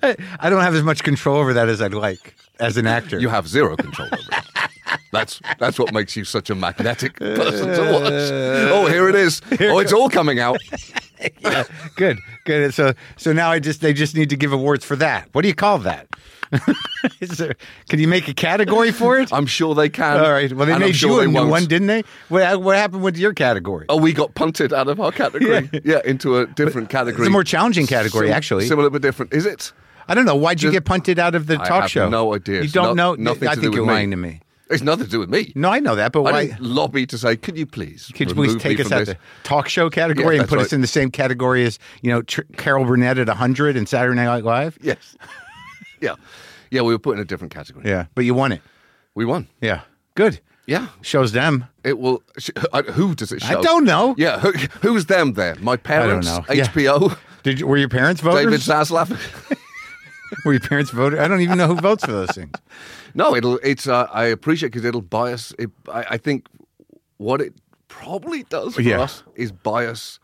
Speaker 1: I don't have as much control over that as I'd like as an actor.
Speaker 3: You have zero control over it. That's that's what makes you such a magnetic person to watch. Oh, here it is. Oh, it's all coming out.
Speaker 1: good, good. So, so now I just they just need to give awards for that. What do you call that? Is there, can you make a category for it?
Speaker 3: I'm sure they can.
Speaker 1: All right. Well, they
Speaker 3: And I'm
Speaker 1: made
Speaker 3: sure
Speaker 1: you
Speaker 3: they
Speaker 1: a new
Speaker 3: won't.
Speaker 1: one, didn't they? What, uh, what happened with your category?
Speaker 3: Oh, we got punted out of our category. yeah. into a different category.
Speaker 1: It's a more challenging category,
Speaker 3: Sim-
Speaker 1: actually.
Speaker 3: Similar but different. Is it?
Speaker 1: I don't know. Why'd you
Speaker 3: Just-
Speaker 1: get punted out of the
Speaker 3: I
Speaker 1: talk
Speaker 3: have
Speaker 1: show?
Speaker 3: no idea.
Speaker 1: You
Speaker 3: It's
Speaker 1: don't
Speaker 3: no-
Speaker 1: know.
Speaker 3: nothing
Speaker 1: I
Speaker 3: to
Speaker 1: think
Speaker 3: do
Speaker 1: you're
Speaker 3: with me.
Speaker 1: lying to me.
Speaker 3: It's nothing to do with me.
Speaker 1: No, I know that, but
Speaker 3: I
Speaker 1: why?
Speaker 3: didn't lobby to say, could you please?
Speaker 1: Could you please
Speaker 3: remove
Speaker 1: take
Speaker 3: me
Speaker 1: us
Speaker 3: from
Speaker 1: out of
Speaker 3: this?"
Speaker 1: the talk show category
Speaker 3: Yeah,
Speaker 1: and put
Speaker 3: that's
Speaker 1: us in the same category as you know Tr- Carol Burnett at 100 and Saturday Night Live?
Speaker 3: Yes. yeah. Yeah, we were put in a different category.
Speaker 1: Yeah, but you won it.
Speaker 3: We won.
Speaker 1: Yeah, good.
Speaker 3: Yeah.
Speaker 1: Shows them.
Speaker 3: It will. sh- I- Who does it
Speaker 1: I
Speaker 3: show?
Speaker 1: don't know.
Speaker 3: Yeah, who, who's them there? My parents,
Speaker 1: know. Yeah.
Speaker 3: HBO,
Speaker 1: Did you, were your parents voters?
Speaker 3: David Zaslav.
Speaker 1: Were your parents voted? I don't even know who votes for those things.
Speaker 3: No, it'll. It's. Uh, I appreciate because it'll bias. It, I, I think what it probably does for
Speaker 1: Yeah.
Speaker 3: us is bias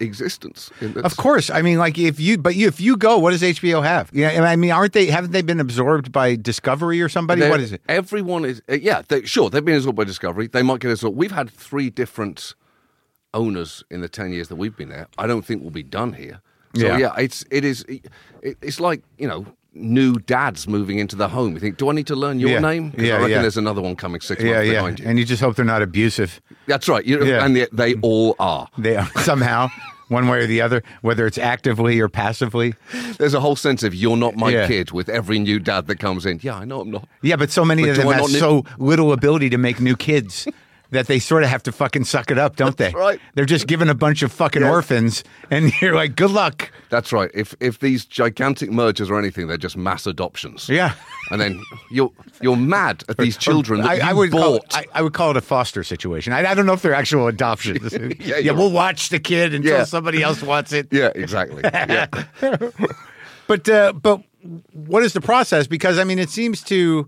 Speaker 3: existence. In that
Speaker 1: Of course, I mean, like if you, but you, if you go, what does HBO have? Yeah, and I mean, aren't they? Haven't they been absorbed by Discovery or somebody?
Speaker 3: they're-
Speaker 1: What is it?
Speaker 3: Everyone is. Uh, yeah, they, sure. They've been absorbed by Discovery. They might get absorbed. We've had three different owners in the ten years that we've been there. I don't think we'll be done here. So
Speaker 1: Yeah.
Speaker 3: yeah, it's it is. It, it's like you know. New dads moving into the home. You think, do I need to learn your
Speaker 1: Yeah.
Speaker 3: name? 'Cause
Speaker 1: Yeah,
Speaker 3: I reckon
Speaker 1: yeah.
Speaker 3: there's another one coming six
Speaker 1: Yeah,
Speaker 3: months
Speaker 1: yeah,
Speaker 3: behind you.
Speaker 1: and you just hope they're not abusive.
Speaker 3: That's right. You,
Speaker 1: Yeah.
Speaker 3: And they, they all are.
Speaker 1: They are somehow, one way or the other, whether it's actively or passively.
Speaker 3: There's a whole sense of you're not my
Speaker 1: Yeah.
Speaker 3: kid with every new dad that comes in. Yeah, I know I'm not.
Speaker 1: Yeah, but so many
Speaker 3: But
Speaker 1: of
Speaker 3: do
Speaker 1: them
Speaker 3: I
Speaker 1: have
Speaker 3: not need-
Speaker 1: so little ability to make new kids that they sort of have to fucking suck it up, don't they?
Speaker 3: right.
Speaker 1: They're just given a bunch of fucking
Speaker 3: Yeah.
Speaker 1: orphans, and you're like, good luck.
Speaker 3: That's right. If if these gigantic mergers or anything, they're just mass adoptions.
Speaker 1: Yeah.
Speaker 3: And then you're you're mad at these children that
Speaker 1: I,
Speaker 3: you
Speaker 1: I would call,
Speaker 3: bought.
Speaker 1: I, I would call it a foster situation. I, I don't know if they're actual adoptions. yeah,
Speaker 3: you're
Speaker 1: we'll watch the kid until
Speaker 3: Yeah.
Speaker 1: somebody else wants it.
Speaker 3: yeah, exactly. Yeah.
Speaker 1: But uh, but what is the process? Because I mean, it seems to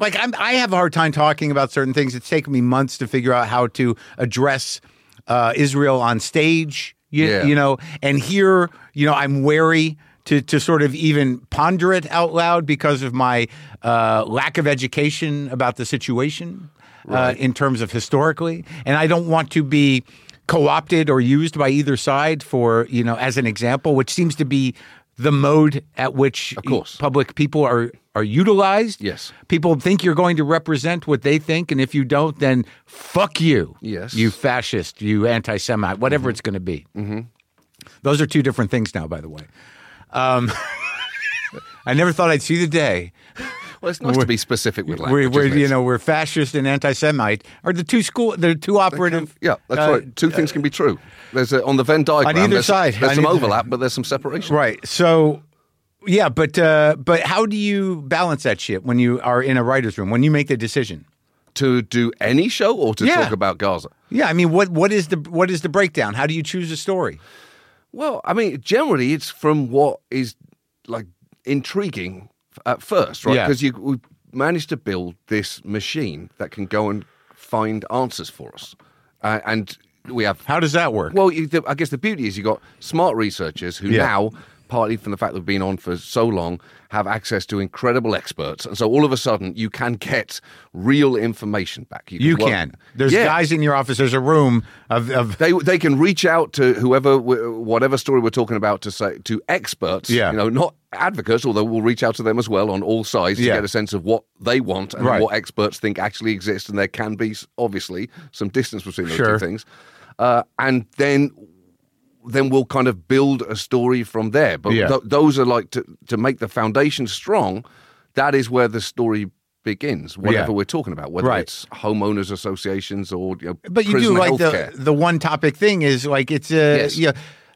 Speaker 1: like I'm, I have a hard time talking about certain things. It's taken me months to figure out how to address uh, Israel on stage. You,
Speaker 3: Yeah.
Speaker 1: you know, and here you know I'm wary. To, to sort of even ponder it out loud because of my uh, lack of education about the situation uh, in terms of historically, and I don't want to be co-opted or used by either side for you know as an example, which seems to be the mode at which
Speaker 3: Of course.
Speaker 1: public people are are utilized.
Speaker 3: Yes.
Speaker 1: people think you're going to represent what they think, and if you don't, then fuck you.
Speaker 3: Yes.
Speaker 1: you fascist, you anti-Semite, whatever it's going to be. Mm-hmm. Those are two different things now, by the way. Um, I never thought I'd see the day
Speaker 3: Well, it's nice to be specific with
Speaker 1: where,
Speaker 3: language.
Speaker 1: where
Speaker 3: isn't it?
Speaker 1: you know we're fascist and anti-Semite are the two school, the two operative.
Speaker 3: Yeah, that's
Speaker 1: uh,
Speaker 3: right. Two things can be true. There's a, on the Venn diagram.
Speaker 1: either
Speaker 3: there's,
Speaker 1: side,
Speaker 3: There's
Speaker 1: on
Speaker 3: some
Speaker 1: either-
Speaker 3: overlap, but there's some separation.
Speaker 1: Right. So, yeah, but uh, but how do you balance that shit when you are in a writer's room when you make the decision?
Speaker 3: To do any show or to
Speaker 1: Yeah.
Speaker 3: talk about Gaza.
Speaker 1: Yeah, I mean, what what is the what is the breakdown? How do you choose a story?
Speaker 3: Well, I mean, generally it's from what is like intriguing f- at first, right?
Speaker 1: Yeah.
Speaker 3: Because you we managed to build this machine that can go and find answers for us, uh, and we have.
Speaker 1: How does that work?
Speaker 3: Well, you, the, I guess the beauty is you got smart researchers who
Speaker 1: Yeah.
Speaker 3: now, partly from the fact they've been on for so long, have access to incredible experts, and so all of a sudden you can get real information back.
Speaker 1: you
Speaker 3: work-
Speaker 1: can. There's
Speaker 3: Yeah.
Speaker 1: guys in your office. There's a room of, of
Speaker 3: They they can reach out to whoever, w- whatever story we're talking about, to say to experts.
Speaker 1: Yeah.
Speaker 3: you know, not advocates, although we'll reach out to them as well on all sides
Speaker 1: Yeah.
Speaker 3: to get a sense of what they want and
Speaker 1: Right.
Speaker 3: what experts think actually exists, and there can be s- obviously some distance between those
Speaker 1: Sure.
Speaker 3: two things. Uh, and then then we'll kind of build a story from there. But
Speaker 1: Yeah.
Speaker 3: th- those are like to, to make the foundation strong. That is where the story begins. Whatever we're talking about, whether
Speaker 1: Right.
Speaker 3: it's homeowners associations or you know,
Speaker 1: but you do
Speaker 3: prison
Speaker 1: like
Speaker 3: healthcare.
Speaker 1: the the one topic thing is like it's a
Speaker 3: Yes.
Speaker 1: yeah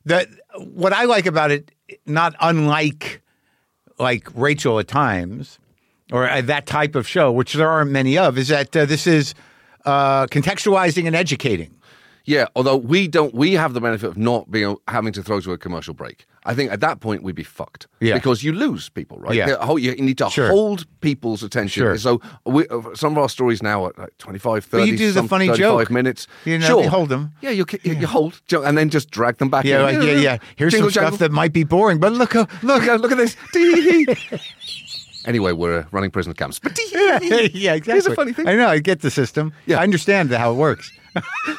Speaker 1: that what I like about it not unlike like Rachel at times or uh, that type of show which there aren't many of is that uh, this is uh, contextualizing and educating
Speaker 3: Yeah, although we don't, we have the benefit of not being having to throw to a commercial break. I think at that point we'd be fucked.
Speaker 1: Yeah.
Speaker 3: because you lose people, right?
Speaker 1: Yeah.
Speaker 3: The whole- You need to
Speaker 1: Sure.
Speaker 3: hold people's attention.
Speaker 1: Sure.
Speaker 3: So we, uh, some of our stories now are like 25, 30,
Speaker 1: you do the
Speaker 3: some
Speaker 1: funny
Speaker 3: 35
Speaker 1: joke.
Speaker 3: minutes.
Speaker 1: You know,
Speaker 3: sure.
Speaker 1: you hold 'em.
Speaker 3: Yeah, you, ca- you, you hold jo- and then just drag them back.
Speaker 1: yeah
Speaker 3: in.
Speaker 1: like, yeah yeah here's
Speaker 3: Jingle
Speaker 1: some stuff
Speaker 3: jangle.
Speaker 1: that might be boring but look uh, look
Speaker 3: Look, uh, look at this. Dee. anyway, we're uh, running prison camps. But dee.
Speaker 1: yeah exactly
Speaker 3: Here's a funny thing.
Speaker 1: I know I get the system
Speaker 3: Yeah.
Speaker 1: I understand how it works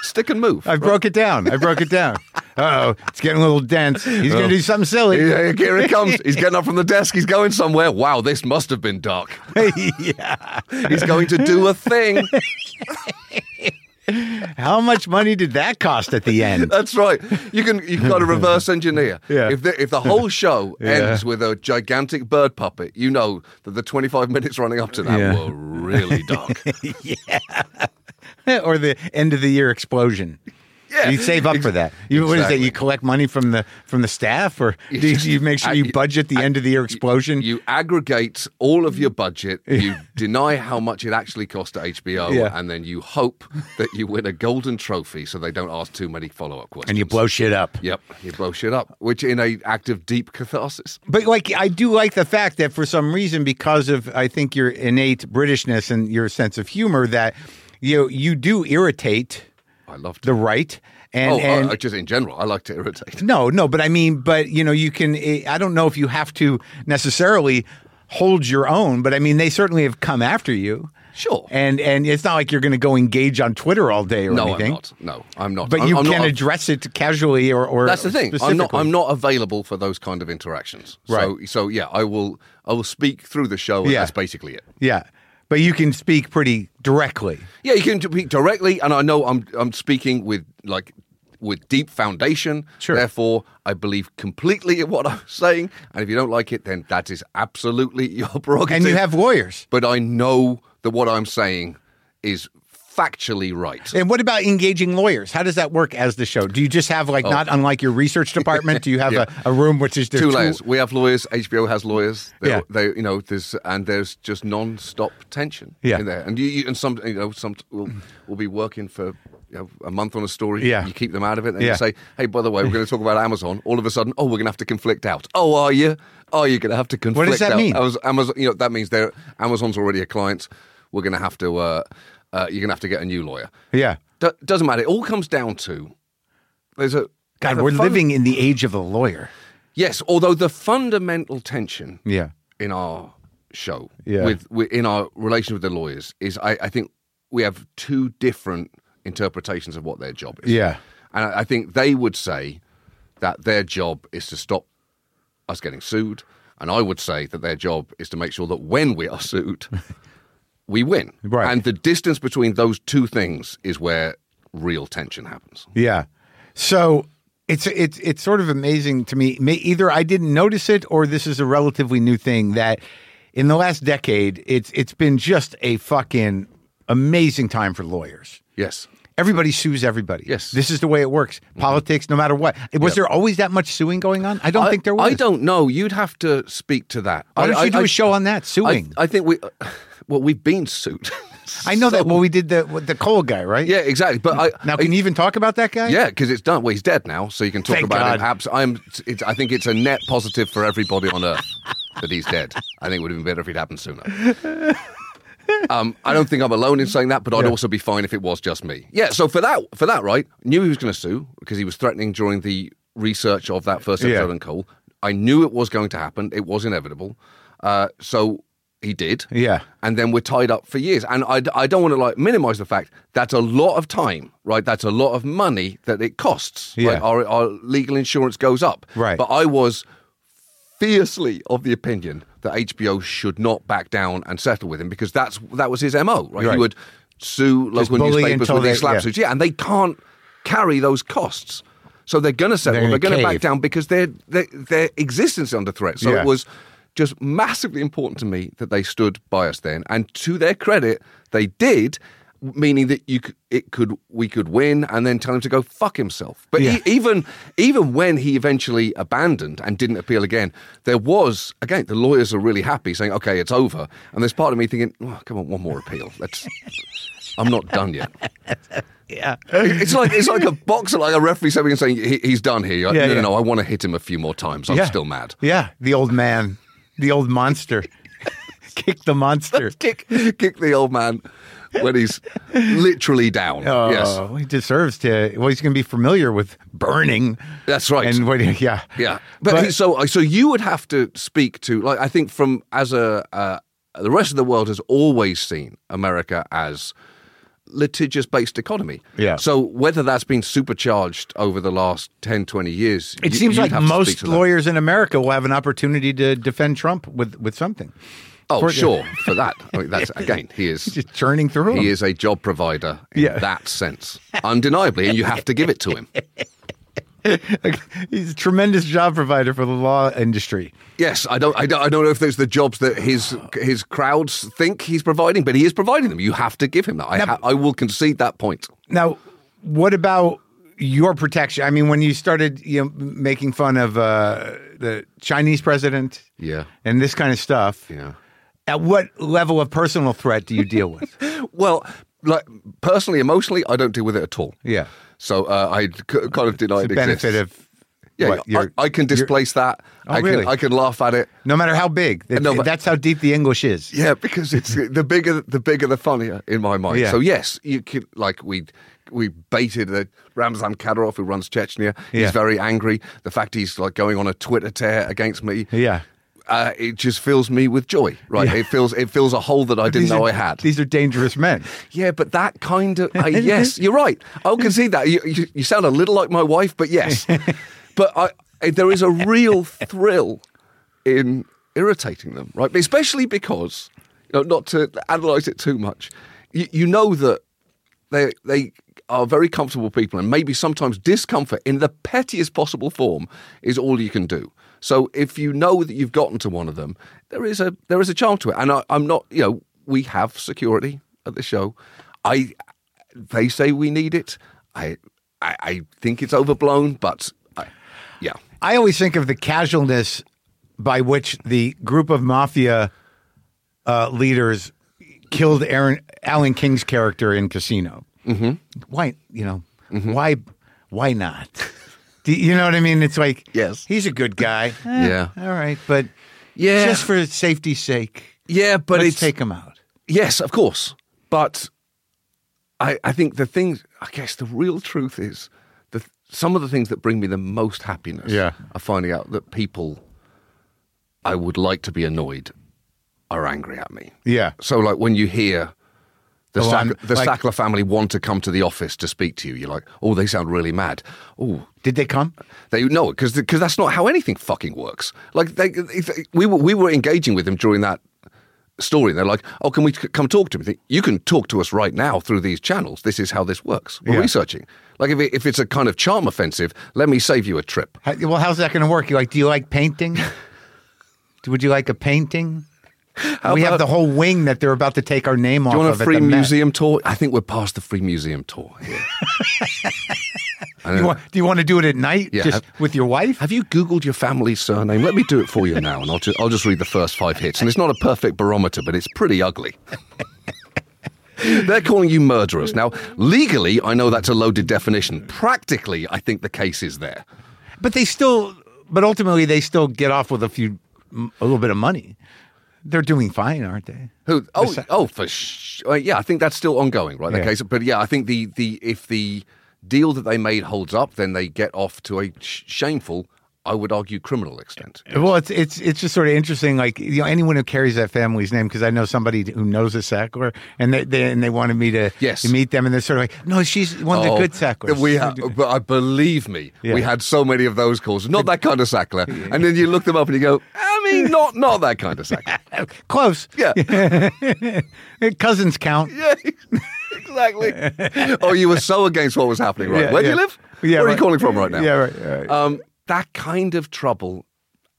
Speaker 3: Stick and move.
Speaker 1: I broke it down I broke it down uh oh it's getting a little dense he's gonna do something silly
Speaker 3: Here here he comes. He's getting up from the desk. He's going somewhere. Wow, this must have been dark.
Speaker 1: yeah.
Speaker 3: He's going to do a thing.
Speaker 1: How much money did that cost at the end?
Speaker 3: That's right. You can you've got to reverse engineer.
Speaker 1: Yeah.
Speaker 3: If the, if the whole show ends with a gigantic bird puppet, you know that the 25 minutes running up to that
Speaker 1: Yeah.
Speaker 3: were really dark.
Speaker 1: or the end of the year explosion.
Speaker 3: Yeah,
Speaker 1: you save up for that. You, What is that?
Speaker 3: exactly.
Speaker 1: You collect money from the from the staff, or do you, you make sure you budget the end of the year explosion?
Speaker 3: You aggregate all of your budget, you deny how much it actually cost to HBO,
Speaker 1: Yeah.
Speaker 3: and then you hope that you win a golden trophy so they don't ask too many follow up questions.
Speaker 1: and you blow shit up.
Speaker 3: Yep, you blow shit up, which in a act of deep catharsis.
Speaker 1: But like, I do like the fact that for some reason, because of I think your innate Britishness and your sense of humor, that you you do irritate
Speaker 3: I loved it.
Speaker 1: the right. And,
Speaker 3: oh,
Speaker 1: and
Speaker 3: uh, just in general, I like to irritate.
Speaker 1: No, no, but I mean, but you know, you can. eh, I don't know if you have to necessarily hold your own, but I mean, they certainly have come after you.
Speaker 3: Sure.
Speaker 1: And and it's not like you're going to go engage on Twitter all day or
Speaker 3: No,
Speaker 1: anything.
Speaker 3: I'm not. No, I'm not.
Speaker 1: But
Speaker 3: I'm-
Speaker 1: you
Speaker 3: I'm not
Speaker 1: can
Speaker 3: a-
Speaker 1: address it casually or, or
Speaker 3: That's the thing. I'm not.
Speaker 1: specifically.
Speaker 3: I'm not available for those kind of interactions. So,
Speaker 1: Right.
Speaker 3: so yeah, I will. I will speak through the show, and
Speaker 1: Yeah.
Speaker 3: that's basically it.
Speaker 1: Yeah, but you can speak pretty directly.
Speaker 3: Yeah, you can speak directly, and I know I'm I'm speaking with like with deep foundation.
Speaker 1: Sure.
Speaker 3: Therefore, I believe completely in what I'm saying, and if you don't like it, then that is absolutely your prerogative.
Speaker 1: And you have lawyers.
Speaker 3: but I know that what I'm saying is factually right.
Speaker 1: And what about engaging lawyers? How does that work as the show? Do you just have like not unlike your research department? Do you have
Speaker 3: Oh. Yeah.
Speaker 1: a, a room which is just
Speaker 3: Two layers. We have lawyers. HBO has lawyers. They,
Speaker 1: Yeah.
Speaker 3: they, you know, there's and there's just non-stop tension
Speaker 1: Yeah.
Speaker 3: in there. And you, you and some, you know, some will will be working for you know, a month on a story.
Speaker 1: Yeah.
Speaker 3: You keep them out of it, and
Speaker 1: Yeah.
Speaker 3: you say, hey, by the way, we're going to talk about Amazon. All of a sudden, oh, we're going to have to conflict out. Oh, are you? Are you going to have to conflict?
Speaker 1: does that
Speaker 3: out?
Speaker 1: mean?
Speaker 3: Amaz- Amazon, you know, that means they're Amazon's already a client. We're going to have to. Uh, uh, you're going to have to get a new lawyer.
Speaker 1: Yeah.
Speaker 3: Do- doesn't matter. It all comes down to there's a
Speaker 1: God,
Speaker 3: the
Speaker 1: we're
Speaker 3: fun-
Speaker 1: living in the age of the lawyer.
Speaker 3: Yes, although the fundamental tension
Speaker 1: Yeah.
Speaker 3: in our show,
Speaker 1: Yeah.
Speaker 3: with, with in our relation with the lawyers, is I, I think we have two different interpretations of what their job is.
Speaker 1: Yeah.
Speaker 3: and I, I think they would say that their job is to stop us getting sued, and I would say that their job is to make sure that when we are sued, we win.
Speaker 1: Right.
Speaker 3: and the distance between those two things is where real tension happens.
Speaker 1: Yeah. So it's it's it's sort of amazing to me. May- Either I didn't notice it, or this is a relatively new thing that in the last decade it's it's been just a fucking amazing time for lawyers.
Speaker 3: Yes.
Speaker 1: Everybody sues everybody.
Speaker 3: Yes. Mm-hmm.
Speaker 1: this is the way it works. Politics, no matter what. Was there always that much suing going on? I don't think there was.
Speaker 3: I don't know. You'd have to speak to that.
Speaker 1: Why
Speaker 3: I-
Speaker 1: don't you
Speaker 3: I-
Speaker 1: do a
Speaker 3: I-
Speaker 1: show on that suing?
Speaker 3: I, I think we, well, we've been sued.
Speaker 1: I, know
Speaker 3: So-
Speaker 1: that. Well, we did the the coal guy, right?
Speaker 3: Yeah, exactly. But I
Speaker 1: Now, can you even talk about that guy?
Speaker 3: I- yeah, because it's done. Well, he's dead now, so you can talk
Speaker 1: Thank
Speaker 3: about
Speaker 1: God.
Speaker 3: him. Abs- I'm. It's, I think it's a net positive for everybody on earth that he's dead. I think it would have been better if it happened sooner. Um, I don't think I'm alone in saying that, but I'd also be fine if it was just me. Yeah. So for that, for that, right? Knew he was going to sue because he was threatening during the research of that first episode
Speaker 1: Yeah.
Speaker 3: on Cole. I knew it was going to happen. It was inevitable. Uh, so he did.
Speaker 1: Yeah.
Speaker 3: And then we're tied up for years. And I, I don't want to like minimize the fact that's a lot of time, right? That's a lot of money that it costs.
Speaker 1: Yeah.
Speaker 3: Like our, our legal insurance goes up.
Speaker 1: Right.
Speaker 3: But I was fiercely of the opinion that HBO should not back down and settle with him because that's that was his MO, right?
Speaker 1: Right.
Speaker 3: He would sue local
Speaker 1: bully
Speaker 3: newspapers
Speaker 1: until
Speaker 3: with these
Speaker 1: they- yeah.
Speaker 3: slap suits. Yeah, and they can't carry those costs. So they're going to settle.
Speaker 1: They're
Speaker 3: They're,
Speaker 1: gonna
Speaker 3: going to back
Speaker 1: cave.
Speaker 3: down because their their their existence is under threat. So
Speaker 1: Yeah.
Speaker 3: it was just massively important to me that they stood by us then, and to their credit, they did. Meaning that you c- it could we could win and then tell him to go fuck himself. But
Speaker 1: Yeah.
Speaker 3: e- even even when he eventually abandoned and didn't appeal again, there was again the lawyers are really happy saying okay it's over, and there's part of me thinking oh, come on one more appeal. Let's I'm not done yet.
Speaker 1: yeah.
Speaker 3: It's like it's like a boxer, like a referee stepping in and saying he, he's done here. You're like,
Speaker 1: Yeah,
Speaker 3: no,
Speaker 1: yeah.
Speaker 3: no, no, I want to hit him a few more times. I'm still mad.
Speaker 1: Yeah, the old man, the old monster. Kick the monster.
Speaker 3: Kick, kick the old man when he's literally down.
Speaker 1: Oh,
Speaker 3: yes,
Speaker 1: he deserves to. Well, he's going to be familiar with burning.
Speaker 3: that's right.
Speaker 1: And what? Yeah,
Speaker 3: yeah, but,
Speaker 1: But-
Speaker 3: he- so so you would have to speak to like I think from as a uh, the rest of the world has always seen America as litigious based economy.
Speaker 1: Yeah.
Speaker 3: So whether that's been supercharged over the last 10, 20 years,
Speaker 1: It
Speaker 3: you-
Speaker 1: seems
Speaker 3: you'd
Speaker 1: like
Speaker 3: have to speak
Speaker 1: most
Speaker 3: to that.
Speaker 1: lawyers in America will have an opportunity to defend Trump with with something.
Speaker 3: Oh,
Speaker 1: for-
Speaker 3: sure, for that. I mean, that's again, he is
Speaker 1: Just churning through them.
Speaker 3: He is a job provider in
Speaker 1: Yeah.
Speaker 3: that sense, undeniably, and you have to give it to him.
Speaker 1: He's a tremendous job provider for the law industry.
Speaker 3: Yes, I don't, I don't, I don't know if those are the jobs that his his crowds think he's providing, but he is providing them. You have to give him that. I, ha- I will concede that point.
Speaker 1: Now, what about your protection. I mean, when you started you know, making fun of uh, the Chinese president,
Speaker 3: Yeah.
Speaker 1: and this kind of stuff,
Speaker 3: Yeah.
Speaker 1: at what level of personal threat do you deal with?
Speaker 3: Well, like personally, emotionally, I don't deal with it at all.
Speaker 1: yeah,
Speaker 3: So uh, I c- kind of deny
Speaker 1: the
Speaker 3: it
Speaker 1: benefit
Speaker 3: exists.
Speaker 1: of
Speaker 3: yeah,
Speaker 1: what,
Speaker 3: I,
Speaker 1: your-
Speaker 3: I can displace that.
Speaker 1: Oh,
Speaker 3: I can
Speaker 1: really?
Speaker 3: I can laugh at it.
Speaker 1: no matter how big. That-
Speaker 3: No, but-
Speaker 1: that's how deep the English is.
Speaker 3: Yeah, because it's the bigger the bigger the funnier in my mind.
Speaker 1: Mm-hmm. Yeah.
Speaker 3: So yes, you could like we we baited the Ramzan Kadyrov who runs Chechnya.
Speaker 1: Yeah.
Speaker 3: He's very angry. The fact he's like going on a Twitter tear against me.
Speaker 1: Yeah.
Speaker 3: Uh, it just fills me with joy, right? It fills it fills a hole that I didn't
Speaker 1: These
Speaker 3: know
Speaker 1: are-
Speaker 3: I had.
Speaker 1: These are dangerous men.
Speaker 3: Yeah, but that kind of uh, yes, you're right. I can see that. You, you, you sound a little like my wife, but yes, but I, eh, there is a real thrill in irritating them, right? Especially because, you know, not to analyze it too much, you, you know that they they are very comfortable people, and maybe sometimes discomfort in the pettiest possible form is all you can do. So if you know that you've gotten to one of them, there is a there is a charm to it, and I, I'm not. You know, we have security at the show. I they say we need it. I I, I think it's overblown, but I, yeah,
Speaker 1: I always think of the casualness by which the group of mafia uh, leaders killed Aaron Alan King's character in Casino. Mm-hmm. Why, you know,
Speaker 3: Mm-hmm.
Speaker 1: why, why not? Do you know what I mean? It's like,
Speaker 3: Yes.
Speaker 1: he's a good guy. Eh,
Speaker 3: Yeah.
Speaker 1: all right, but
Speaker 3: Yeah.
Speaker 1: just for safety's sake,
Speaker 3: yeah. But
Speaker 1: but let's
Speaker 3: it's
Speaker 1: take him out.
Speaker 3: Yes, of course. But I, I think the things, I guess the real truth is that some of the things that bring me the most happiness
Speaker 1: Yeah.
Speaker 3: are finding out that people I would like to be annoyed are angry at me.
Speaker 1: Yeah.
Speaker 3: So, like, when you hear the,
Speaker 1: Oh,
Speaker 3: Sack,
Speaker 1: I'm-
Speaker 3: the
Speaker 1: like-
Speaker 3: Sackler family want to come to the office to speak to you, you're like, oh, they sound really mad. Oh,
Speaker 1: Did they come?
Speaker 3: they know because because that's not how anything fucking works. Like they, if, we were we were engaging with them during that story. They're like, "Oh, can we c- come talk to him?" Think, You can talk to us right now through these channels. This is how this works. We're
Speaker 1: Yeah.
Speaker 3: researching. Like if it, if it's a kind of charm offensive, let me save you a trip.
Speaker 1: How, well, how's that going to work? You like? Do you like painting? Do- Would you like a painting? we have
Speaker 3: about-
Speaker 1: the whole wing that they're about to take our name off
Speaker 3: Do you want
Speaker 1: of
Speaker 3: a
Speaker 1: at
Speaker 3: free
Speaker 1: the Met.
Speaker 3: museum tour? I think we're past the free museum tour here. I don't
Speaker 1: You
Speaker 3: know.
Speaker 1: want, do you want to do it at night,
Speaker 3: Yeah,
Speaker 1: just
Speaker 3: have-
Speaker 1: with your wife?
Speaker 3: Have you Googled your family's surname? Let me do it for you now, and I'll just, I'll just read the first five hits. And it's not a perfect barometer, but it's pretty ugly. They're calling you murderers. Now, legally, I know that's a loaded definition. Practically, I think the case is there.
Speaker 1: But they still, but ultimately they still get off with a few, a little bit of money. They're doing fine, aren't they?
Speaker 3: Who? Oh, oh, for sh- uh, yeah. I think that's still ongoing, right?
Speaker 1: Yeah.
Speaker 3: Okay, so, but yeah, I think the the if the deal that they made holds up, then they get off to a sh- shameful, I would argue, criminal extent.
Speaker 1: Well, it's it's it's just sort of interesting. Like you know, anyone who carries that family's name, because I know somebody who knows a Sackler, and they, they and they wanted me to
Speaker 3: Yes.
Speaker 1: meet them, and they're sort of like, no, she's one of the
Speaker 3: Oh,
Speaker 1: good Sacklers.
Speaker 3: We ha- but I believe me,
Speaker 1: Yeah.
Speaker 3: we had so many of those calls. Not that kind of sackler. And then you look them up and you go, I mean, not not that kind of sackler.
Speaker 1: Close.
Speaker 3: Yeah,
Speaker 1: Cousins count.
Speaker 3: yeah, exactly. oh, you were so against what was happening, right?
Speaker 1: Yeah,
Speaker 3: Where do
Speaker 1: yeah.
Speaker 3: you live?
Speaker 1: Yeah,
Speaker 3: Where are
Speaker 1: right.
Speaker 3: you calling from right now?
Speaker 1: Yeah, right, right.
Speaker 3: Um, that kind of trouble,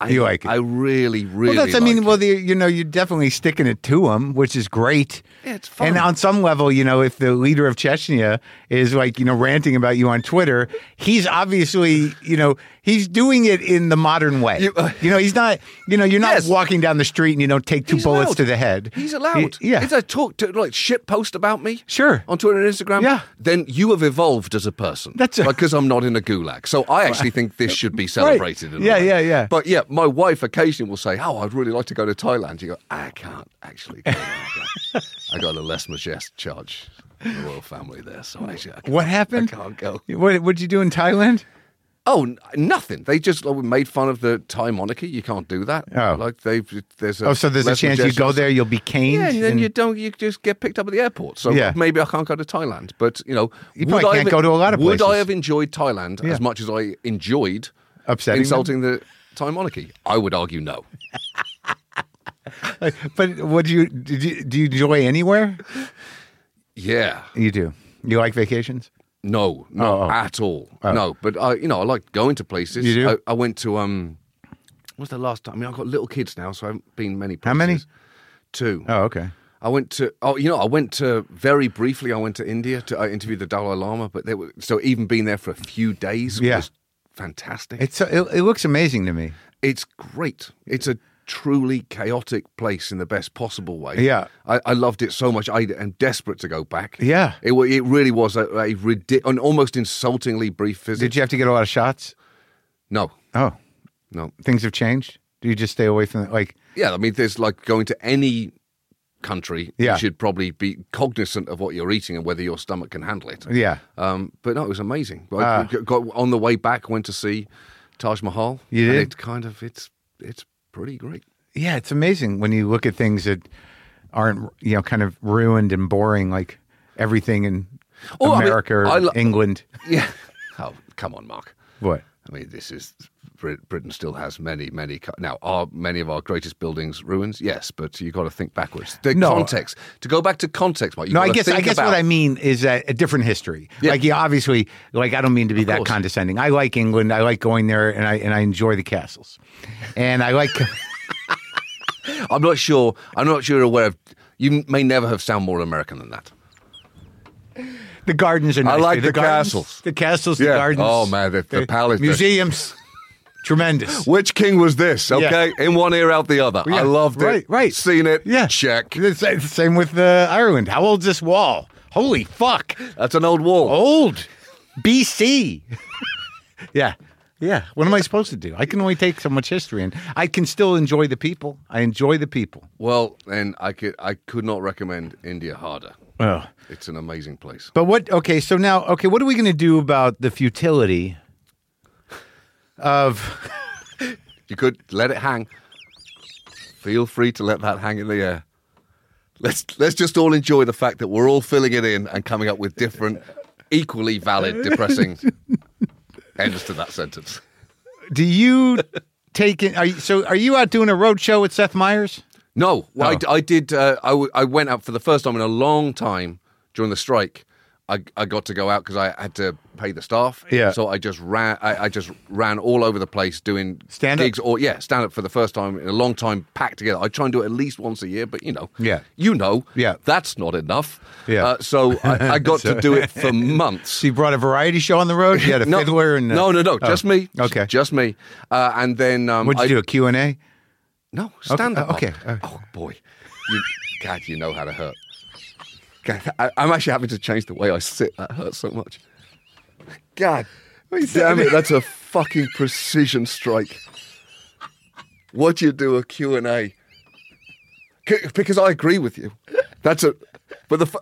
Speaker 3: I,
Speaker 1: You like it.
Speaker 3: I really, really.
Speaker 1: well, that's, I mean,
Speaker 3: like
Speaker 1: well, the, you know, you're definitely sticking it to them, which is great.
Speaker 3: Yeah, it's fun.
Speaker 1: And on some level, you know, if the leader of Chechnya is like, you know, ranting about you on Twitter, he's obviously, you know, he's doing it in the modern way. You,
Speaker 3: You- uh,
Speaker 1: know, he's not, you know, you're not
Speaker 3: Yes.
Speaker 1: walking down the street and you don't take two
Speaker 3: He's
Speaker 1: bullets
Speaker 3: allowed.
Speaker 1: to the head.
Speaker 3: He's allowed. Oh,
Speaker 1: He- yeah.
Speaker 3: If I talk to like shit post about me,
Speaker 1: Sure.
Speaker 3: on Twitter and Instagram,
Speaker 1: Yeah.
Speaker 3: then you have evolved as a person.
Speaker 1: That's a-
Speaker 3: because I'm not in a gulag. So I actually think this should be celebrated. in a
Speaker 1: Yeah,
Speaker 3: way.
Speaker 1: yeah, yeah.
Speaker 3: But yeah, my wife occasionally will say, "Oh, I'd really like to go to Thailand." You go, "I can't actually. Go there. I got a less majestic charge, in the royal family there, so actually, I can't,
Speaker 1: What happened?
Speaker 3: I can't go.
Speaker 1: What would you do in Thailand?
Speaker 3: Oh, n- nothing. They just like, made fun of the Thai monarchy. You can't do that.
Speaker 1: Oh.
Speaker 3: like they've there's a
Speaker 1: Oh, so there's a
Speaker 3: less
Speaker 1: chance you
Speaker 3: majestic-
Speaker 1: go there, you'll be caned.
Speaker 3: yeah, and then
Speaker 1: and-
Speaker 3: you don't. You just get picked up at the airport. So
Speaker 1: Yeah.
Speaker 3: maybe I can't go to Thailand. But you know,
Speaker 1: You
Speaker 3: would
Speaker 1: probably
Speaker 3: I
Speaker 1: can't
Speaker 3: have-
Speaker 1: go to a lot of
Speaker 3: Would
Speaker 1: places.
Speaker 3: I have enjoyed Thailand
Speaker 1: Yeah.
Speaker 3: as much as I enjoyed
Speaker 1: Upsetting them?
Speaker 3: insulting the Thai monarchy? I would argue no.
Speaker 1: but would you, did you, do you enjoy anywhere?
Speaker 3: Yeah,
Speaker 1: You do. You like vacations?
Speaker 3: no, no,
Speaker 1: Oh, oh.
Speaker 3: at all, no. But I, you know, I like going to places.
Speaker 1: You do?
Speaker 3: I, I went to um, what was the last time? I mean, I've got little kids now, so I haven't been many. Places.
Speaker 1: How many?
Speaker 3: Two.
Speaker 1: Oh, okay.
Speaker 3: I went to oh you know I went to very briefly I went to India to I interviewed the Dalai Lama but they were, so even being there for a few days
Speaker 1: Yeah.
Speaker 3: was fantastic.
Speaker 1: It's it, it looks amazing to me.
Speaker 3: It's great. It's a truly chaotic place in the best possible way.
Speaker 1: Yeah.
Speaker 3: I, I loved it so much. I am desperate to go back.
Speaker 1: Yeah.
Speaker 3: it wa- it really was a, a ridic- an almost insultingly brief visit.
Speaker 1: Did you have to get a lot of shots?
Speaker 3: No,
Speaker 1: Oh,
Speaker 3: no.
Speaker 1: things have changed. Do you just stay away from the, like?
Speaker 3: Yeah, I mean, there's like going to any country.
Speaker 1: Yeah.
Speaker 3: you should probably be cognizant of what you're eating and whether your stomach can handle it.
Speaker 1: Yeah,
Speaker 3: Um, but no, it was amazing. I
Speaker 1: Ah.
Speaker 3: g- got on the way back, went to see Taj Mahal.
Speaker 1: You
Speaker 3: and
Speaker 1: did?
Speaker 3: It kind of it's it's pretty great.
Speaker 1: yeah. It's amazing when you look at things that aren't you know kind of ruined and boring, like everything in
Speaker 3: Oh, I mean,
Speaker 1: America or
Speaker 3: I lo-
Speaker 1: England.
Speaker 3: Yeah. oh, come on, Mark.
Speaker 1: What?
Speaker 3: I mean, this is Brit- Britain still has many, many. co- Now, are many of our greatest buildings ruins? Yes, but you got to think backwards. The
Speaker 1: No.
Speaker 3: context. To go back to context, Mark. you
Speaker 1: No, I
Speaker 3: gotta
Speaker 1: guess I
Speaker 3: think
Speaker 1: guess
Speaker 3: about-
Speaker 1: what I mean is that a different history.
Speaker 3: Yeah.
Speaker 1: Like, yeah, obviously, like I don't mean to be that
Speaker 3: course.
Speaker 1: condescending. I like England. I like going there, and I and I enjoy the castles, and I like.
Speaker 3: I'm not sure. I'm not sure you're aware of. You may never have sound more American than that.
Speaker 1: The gardens are nice.
Speaker 3: like
Speaker 1: too.
Speaker 3: the
Speaker 1: gardens-
Speaker 3: castles.
Speaker 1: The castles, the
Speaker 3: Yeah.
Speaker 1: gardens.
Speaker 3: Oh, man, the- the palace, the-
Speaker 1: Museums. Tremendous.
Speaker 3: Which king was this?
Speaker 1: Yeah.
Speaker 3: Okay, in one ear, out the other.
Speaker 1: Yeah,
Speaker 3: I loved it.
Speaker 1: right, right.
Speaker 3: Seen it.
Speaker 1: Yeah.
Speaker 3: Check.
Speaker 1: The sa- the Same with uh, Ireland. How old's this wall? Holy fuck.
Speaker 3: That's an old wall.
Speaker 1: Old. BC. yeah. Yeah. What am I supposed to do? I can only take so much history and I can still enjoy the people. I enjoy the people.
Speaker 3: Well, then I could. I could not recommend India harder.
Speaker 1: Oh.
Speaker 3: It's an amazing place.
Speaker 1: But what, okay, so now, okay, what are we going to do about the futility of.
Speaker 3: You could let it hang. Feel free to let that hang in the air. Let's let's just all enjoy the fact that we're all filling it in and coming up with different, equally valid, depressing ends to that sentence.
Speaker 1: Do you take in? Are you, so? Are you out doing a road show with Seth Meyers?
Speaker 3: No, well, I
Speaker 1: Oh.
Speaker 3: d- I, did. Uh, I, w- I went out for the first time in a long time during the strike. I, I got to go out because I had to pay the staff.
Speaker 1: Yeah.
Speaker 3: So I just ran. I, I just ran all over the place doing
Speaker 1: Stand-up?
Speaker 3: gigs or yeah, stand up for the first time in a long time, packed together. I try and do it at least once a year, but you know,
Speaker 1: Yeah.
Speaker 3: you know,
Speaker 1: Yeah.
Speaker 3: that's not enough.
Speaker 1: Yeah.
Speaker 3: Uh, so I, I got to do it for months.
Speaker 1: So you brought a variety show on the road. You had a fiddler and uh,
Speaker 3: no, no, no,
Speaker 1: oh,
Speaker 3: just me.
Speaker 1: Okay,
Speaker 3: just me. Uh, and then um,
Speaker 1: what'd you
Speaker 3: I,
Speaker 1: do? A Q and A.
Speaker 3: no, stand
Speaker 1: uh,
Speaker 3: up. Mark.
Speaker 1: okay, okay.
Speaker 3: Oh boy, you, God, you know how to hurt. God, I, I'm actually having to change the way I sit. That hurts so much. God, damn it, that's a fucking precision strike. What do you do a Q and A? C- Because I agree with you. That's a. But the. fu-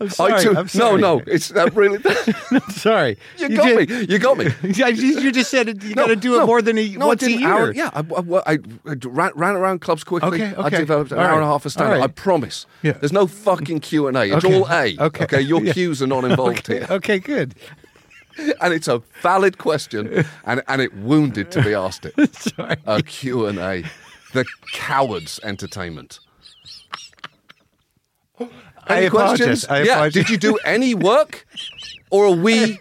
Speaker 1: I'm
Speaker 3: I too. No, no, it's that really.
Speaker 1: I'm sorry.
Speaker 3: You, got
Speaker 1: did-
Speaker 3: me. You got me.
Speaker 1: I just- you just said it- you got to do it
Speaker 3: no.
Speaker 1: more than a,
Speaker 3: No,
Speaker 1: once
Speaker 3: I
Speaker 1: a
Speaker 3: did an
Speaker 1: year.
Speaker 3: hour- yeah, I, I- I- I ran, ran around clubs quickly.
Speaker 1: Okay,
Speaker 3: I
Speaker 1: okay.
Speaker 3: developed an
Speaker 1: All
Speaker 3: hour and a
Speaker 1: right.
Speaker 3: half of stand
Speaker 1: All
Speaker 3: I
Speaker 1: right.
Speaker 3: promise.
Speaker 1: Yeah.
Speaker 3: There's no fucking Q and A. It's
Speaker 1: Okay.
Speaker 3: all A.
Speaker 1: Okay.
Speaker 3: Your
Speaker 1: Yeah.
Speaker 3: Q's are not involved
Speaker 1: Okay. okay, good.
Speaker 3: here, and it's a valid question, and and it wounded to be asked it.
Speaker 1: Sorry.
Speaker 3: A Q and A, the cowards' entertainment.
Speaker 1: I
Speaker 3: Any
Speaker 1: apologize.
Speaker 3: questions?
Speaker 1: I
Speaker 3: yeah.
Speaker 1: apologize.
Speaker 3: Did you do any work, or are we?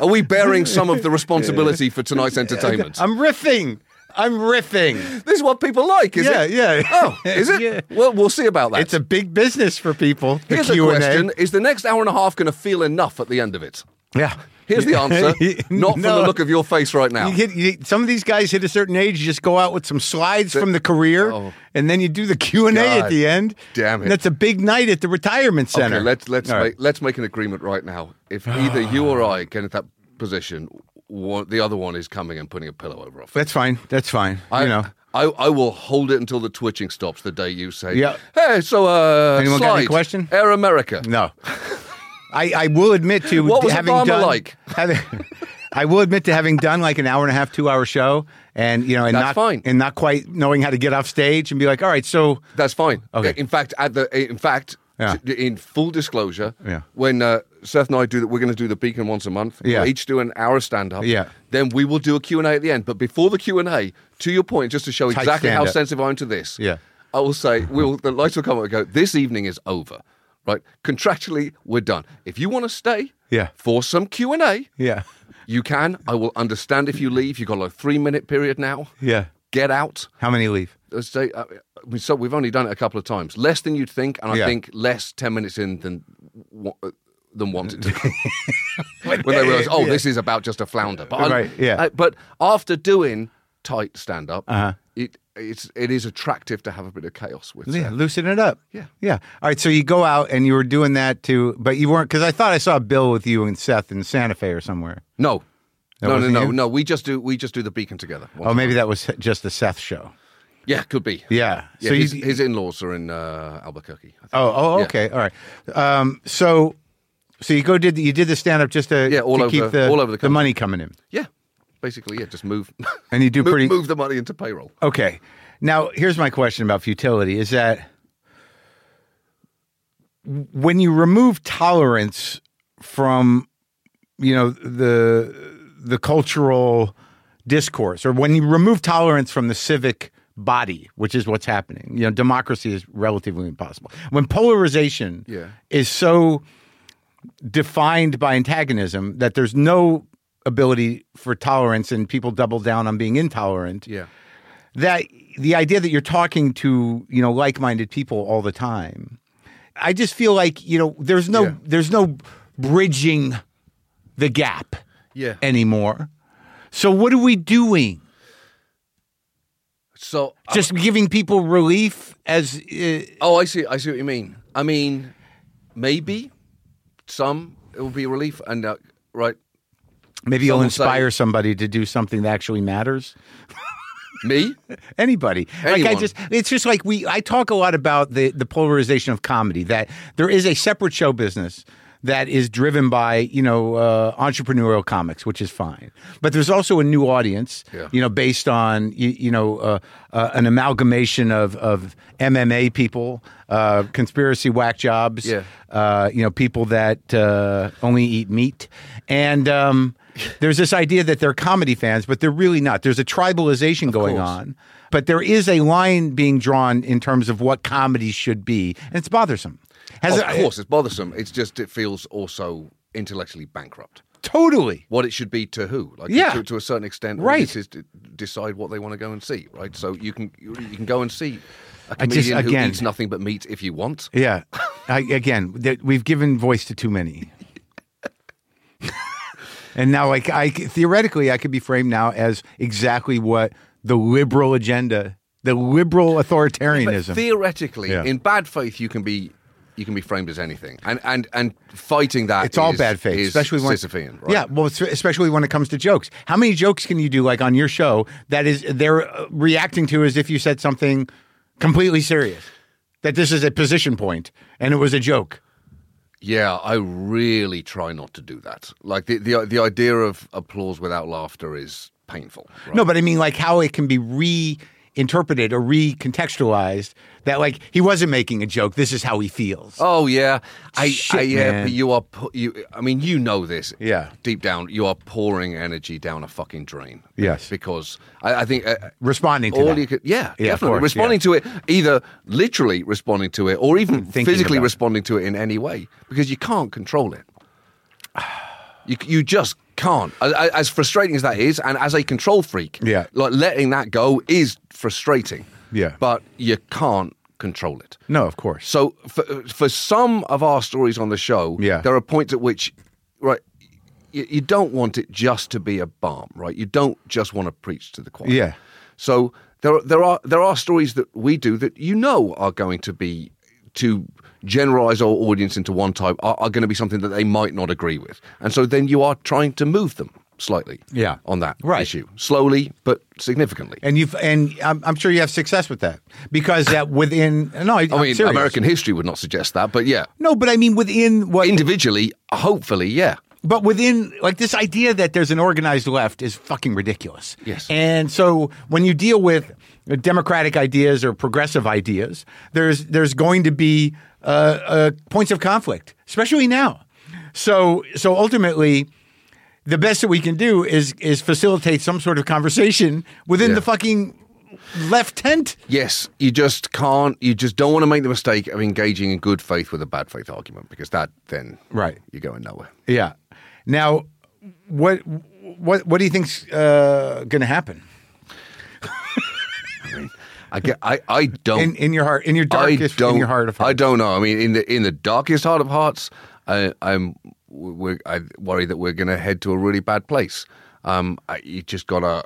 Speaker 3: Are we bearing some of the responsibility for tonight's entertainment?
Speaker 1: I'm riffing. I'm riffing.
Speaker 3: This is what people like, is
Speaker 1: Yeah,
Speaker 3: it?
Speaker 1: yeah.
Speaker 3: Oh, is it?
Speaker 1: Yeah.
Speaker 3: Well, we'll see about that.
Speaker 1: It's a big business for people. The
Speaker 3: Here's a
Speaker 1: Q and
Speaker 3: question: Is the next hour and a half going to feel enough at the end of it?
Speaker 1: Yeah.
Speaker 3: Here's the answer. Not from the
Speaker 1: No.
Speaker 3: look of your face right now.
Speaker 1: You get you, some of these guys hit a certain age. You just go out with some slides from the career,
Speaker 3: oh.
Speaker 1: and then you do the Q and A at
Speaker 3: God
Speaker 1: the end.
Speaker 3: damn it.
Speaker 1: And that's a big night at the retirement center.
Speaker 3: Okay, let's let's
Speaker 1: All
Speaker 3: make
Speaker 1: right.
Speaker 3: let's make an agreement right now. If either you or I get into that position, one, the other one is coming and putting a pillow over our face.
Speaker 1: That's fine. That's fine.
Speaker 3: I,
Speaker 1: you know,
Speaker 3: I, I will hold it until the twitching stops the day you say,
Speaker 1: Yeah.
Speaker 3: hey, so, uh,
Speaker 1: Anyone got any
Speaker 3: slide,
Speaker 1: question?
Speaker 3: Air America.
Speaker 1: no. I, I will admit to
Speaker 3: What was
Speaker 1: having
Speaker 3: Obama
Speaker 1: done
Speaker 3: like?
Speaker 1: having- I will admit to having done like an hour and a half, two hour show, and you know, and
Speaker 3: That's
Speaker 1: not
Speaker 3: fine.
Speaker 1: and not quite knowing how to get off stage and be like, all right, so
Speaker 3: That's fine.
Speaker 1: Okay.
Speaker 3: In fact, at the in fact,
Speaker 1: Yeah.
Speaker 3: t- in full disclosure,
Speaker 1: Yeah.
Speaker 3: when uh, Seth and I do that, we're going to do the Beacon once a month.
Speaker 1: Yeah.
Speaker 3: We'll each do an hour stand up.
Speaker 1: Yeah.
Speaker 3: Then we will do a Q and A at the end. But before the Q and A, to your point, just to show
Speaker 1: Tight
Speaker 3: exactly how
Speaker 1: stand-up.
Speaker 3: sensitive I am to this.
Speaker 1: Yeah.
Speaker 3: I will say we will. The lights will come up and go. This evening is over. Right. Contractually, we're done. If you want to stay,
Speaker 1: Yeah.
Speaker 3: for some Q and A,
Speaker 1: yeah,
Speaker 3: you can. I will understand if you leave. You've got like a three minute period now.
Speaker 1: yeah.
Speaker 3: get out.
Speaker 1: How many leave?
Speaker 3: Let's say, I mean, so we've only done it a couple of times. Less than you'd think, and I
Speaker 1: Yeah.
Speaker 3: think less ten minutes in than wa- uh, than wanted to. when they realize, oh, this is about just a flounder. But I'm-
Speaker 1: Right, yeah.
Speaker 3: I- but after doing tight stand up,
Speaker 1: Uh-huh.
Speaker 3: it it's it is attractive to have a bit of chaos with.
Speaker 1: Yeah,
Speaker 3: it.
Speaker 1: loosen it up.
Speaker 3: Yeah.
Speaker 1: Yeah. All right. So you go out and you were doing that too, but you weren't, because I thought I saw a bill with you and Seth in Santa Fe or somewhere.
Speaker 3: No. No, no,
Speaker 1: wasn't
Speaker 3: no,
Speaker 1: you?
Speaker 3: no. We just do we just do the beacon together.
Speaker 1: Oh, maybe that was just the Seth show.
Speaker 3: Yeah, could be.
Speaker 1: Yeah.
Speaker 3: Yeah,
Speaker 1: so
Speaker 3: his,
Speaker 1: you,
Speaker 3: his in-laws are in uh, Albuquerque. I think.
Speaker 1: oh, oh,
Speaker 3: yeah.
Speaker 1: okay. All right. Um, so, so you go did the, you did the stand up just to,
Speaker 3: Yeah, all
Speaker 1: to
Speaker 3: over-
Speaker 1: keep the,
Speaker 3: all over the
Speaker 1: the
Speaker 3: country.
Speaker 1: money coming in.
Speaker 3: Yeah, basically, yeah. Just move.
Speaker 1: And you do
Speaker 3: move,
Speaker 1: pretty-
Speaker 3: move the money into payroll.
Speaker 1: Okay. Now, here's my question about futility is that when you remove tolerance from you know the the cultural discourse or when you remove tolerance from the civic body, which is what's happening. You know, democracy is relatively impossible. When polarization
Speaker 3: Yeah.
Speaker 1: is so defined by antagonism that there's no ability for tolerance and people double down on being intolerant
Speaker 3: Yeah,
Speaker 1: that the idea that you're talking to you know like-minded people all the time i just feel like you know there's no
Speaker 3: Yeah.
Speaker 1: there's no bridging the gap
Speaker 3: yeah.
Speaker 1: anymore so what are we doing
Speaker 3: so, I-
Speaker 1: just giving people relief as uh,
Speaker 3: oh, I see. I see what you mean. I mean, maybe some it will be a relief, and uh, right,
Speaker 1: maybe you'll
Speaker 3: Someone
Speaker 1: inspire somebody to do something that actually matters
Speaker 3: me.
Speaker 1: anybody. Like I
Speaker 3: Anyone.
Speaker 1: just it's just like we I talk a lot about the the polarization of comedy that there is a separate show business that is driven by, you know, uh, entrepreneurial comics, which is fine. But there's also a new audience,
Speaker 3: Yeah.
Speaker 1: you know, based on you, you know, uh, uh, an amalgamation of of MMA people, uh, conspiracy whack jobs,
Speaker 3: Yeah.
Speaker 1: uh, you know, people that uh, only eat meat. And um, there's this idea that they're comedy fans, but they're really not. There's a tribalization going
Speaker 3: course.
Speaker 1: on, but there is a line being drawn in terms of what comedy should be, and it's bothersome. Has
Speaker 3: Of
Speaker 1: it-
Speaker 3: course, it's bothersome. It's just it feels also intellectually bankrupt.
Speaker 1: totally.
Speaker 3: What it should be to who? Like
Speaker 1: Yeah.
Speaker 3: to, to a certain extent,
Speaker 1: Right.
Speaker 3: This is to decide what they want to go and see, right? So you can you, you can go and see a
Speaker 1: I
Speaker 3: comedian
Speaker 1: just- again-
Speaker 3: who eats nothing but meat if you want.
Speaker 1: Yeah. I, again, th- we've given voice to too many. and now, like, I c- theoretically, I could be framed now as exactly what the liberal agenda, the liberal authoritarianism.
Speaker 3: Theoretically,
Speaker 1: Yeah.
Speaker 3: in bad faith, you can be you can be framed as anything, and and and fighting that
Speaker 1: It's all
Speaker 3: is-
Speaker 1: bad faith,
Speaker 3: is
Speaker 1: especially when
Speaker 3: Sisyphean. Right?
Speaker 1: yeah, well, es- especially when it comes to jokes. How many jokes can you do like on your show that is they're uh, reacting to as if you said something completely serious, that this is a position point and it was a joke.
Speaker 3: yeah. I really try not to do that. Like the the, the idea of applause without laughter is painful. Right?
Speaker 1: No, but I mean like how it can be reinterpreted or recontextualized that like he wasn't making a joke. This is how he feels.
Speaker 3: Oh yeah, I,
Speaker 1: Shit,
Speaker 3: I yeah.
Speaker 1: man.
Speaker 3: But you are pu- you. I mean, you know this.
Speaker 1: Yeah.
Speaker 3: Deep down, you are pouring energy down a fucking drain.
Speaker 1: Yes.
Speaker 3: Because I, I think uh,
Speaker 1: Responding to
Speaker 3: all
Speaker 1: that.
Speaker 3: you could. Yeah,
Speaker 1: Yeah, of
Speaker 3: definitely
Speaker 1: course,
Speaker 3: responding to it, either literally responding to it, or even
Speaker 1: Thinking
Speaker 3: physically
Speaker 1: about it.
Speaker 3: responding to it in any way, because you can't control it. You you just can't. A- a- As frustrating as that is, and as a control freak,
Speaker 1: Yeah.
Speaker 3: like letting that go is frustrating.
Speaker 1: Yeah.
Speaker 3: But you can't control it.
Speaker 1: no, of course.
Speaker 3: So for, for some of our stories on the show,
Speaker 1: Yeah.
Speaker 3: there are points at which, right, you, you don't want it just to be a balm, right? You don't just want to preach to the choir.
Speaker 1: Yeah.
Speaker 3: So there are- there are there are stories that we do that you know are going to be to generalize our audience into one type are, are going to be something that they might not agree with, and so then you are trying to move them slightly.
Speaker 1: Yeah.
Speaker 3: On that
Speaker 1: Right.
Speaker 3: issue, slowly but significantly.
Speaker 1: And you've and I'm, I'm sure you have success with that because that within no, I,
Speaker 3: I
Speaker 1: I'm
Speaker 3: mean,
Speaker 1: serious.
Speaker 3: American history would not suggest that, but yeah,
Speaker 1: No, but I mean within what
Speaker 3: individually, hopefully, yeah.
Speaker 1: but within like this idea that there's an organized left is fucking ridiculous.
Speaker 3: Yes.
Speaker 1: And so when you deal with democratic ideas or progressive ideas, there's there's going to be uh, uh, points of conflict, especially now. So so ultimately. The best that we can do is is facilitate some sort of conversation within
Speaker 3: Yeah.
Speaker 1: the fucking left tent.
Speaker 3: Yes, you just can't. You just don't want to make the mistake of engaging in good faith with a bad faith argument because that then
Speaker 1: Right.
Speaker 3: you're going nowhere.
Speaker 1: Yeah. Now, what what what do you think's uh, going to happen?
Speaker 3: I get. I, I don't.
Speaker 1: in, in your heart, in your darkest,
Speaker 3: Oh. I don't,
Speaker 1: in your heart of hearts.
Speaker 3: I don't know. I mean, in the in the darkest heart of hearts, I, I'm. We're, I worry that we're going to head to a really bad place. Um, I, you just gotta.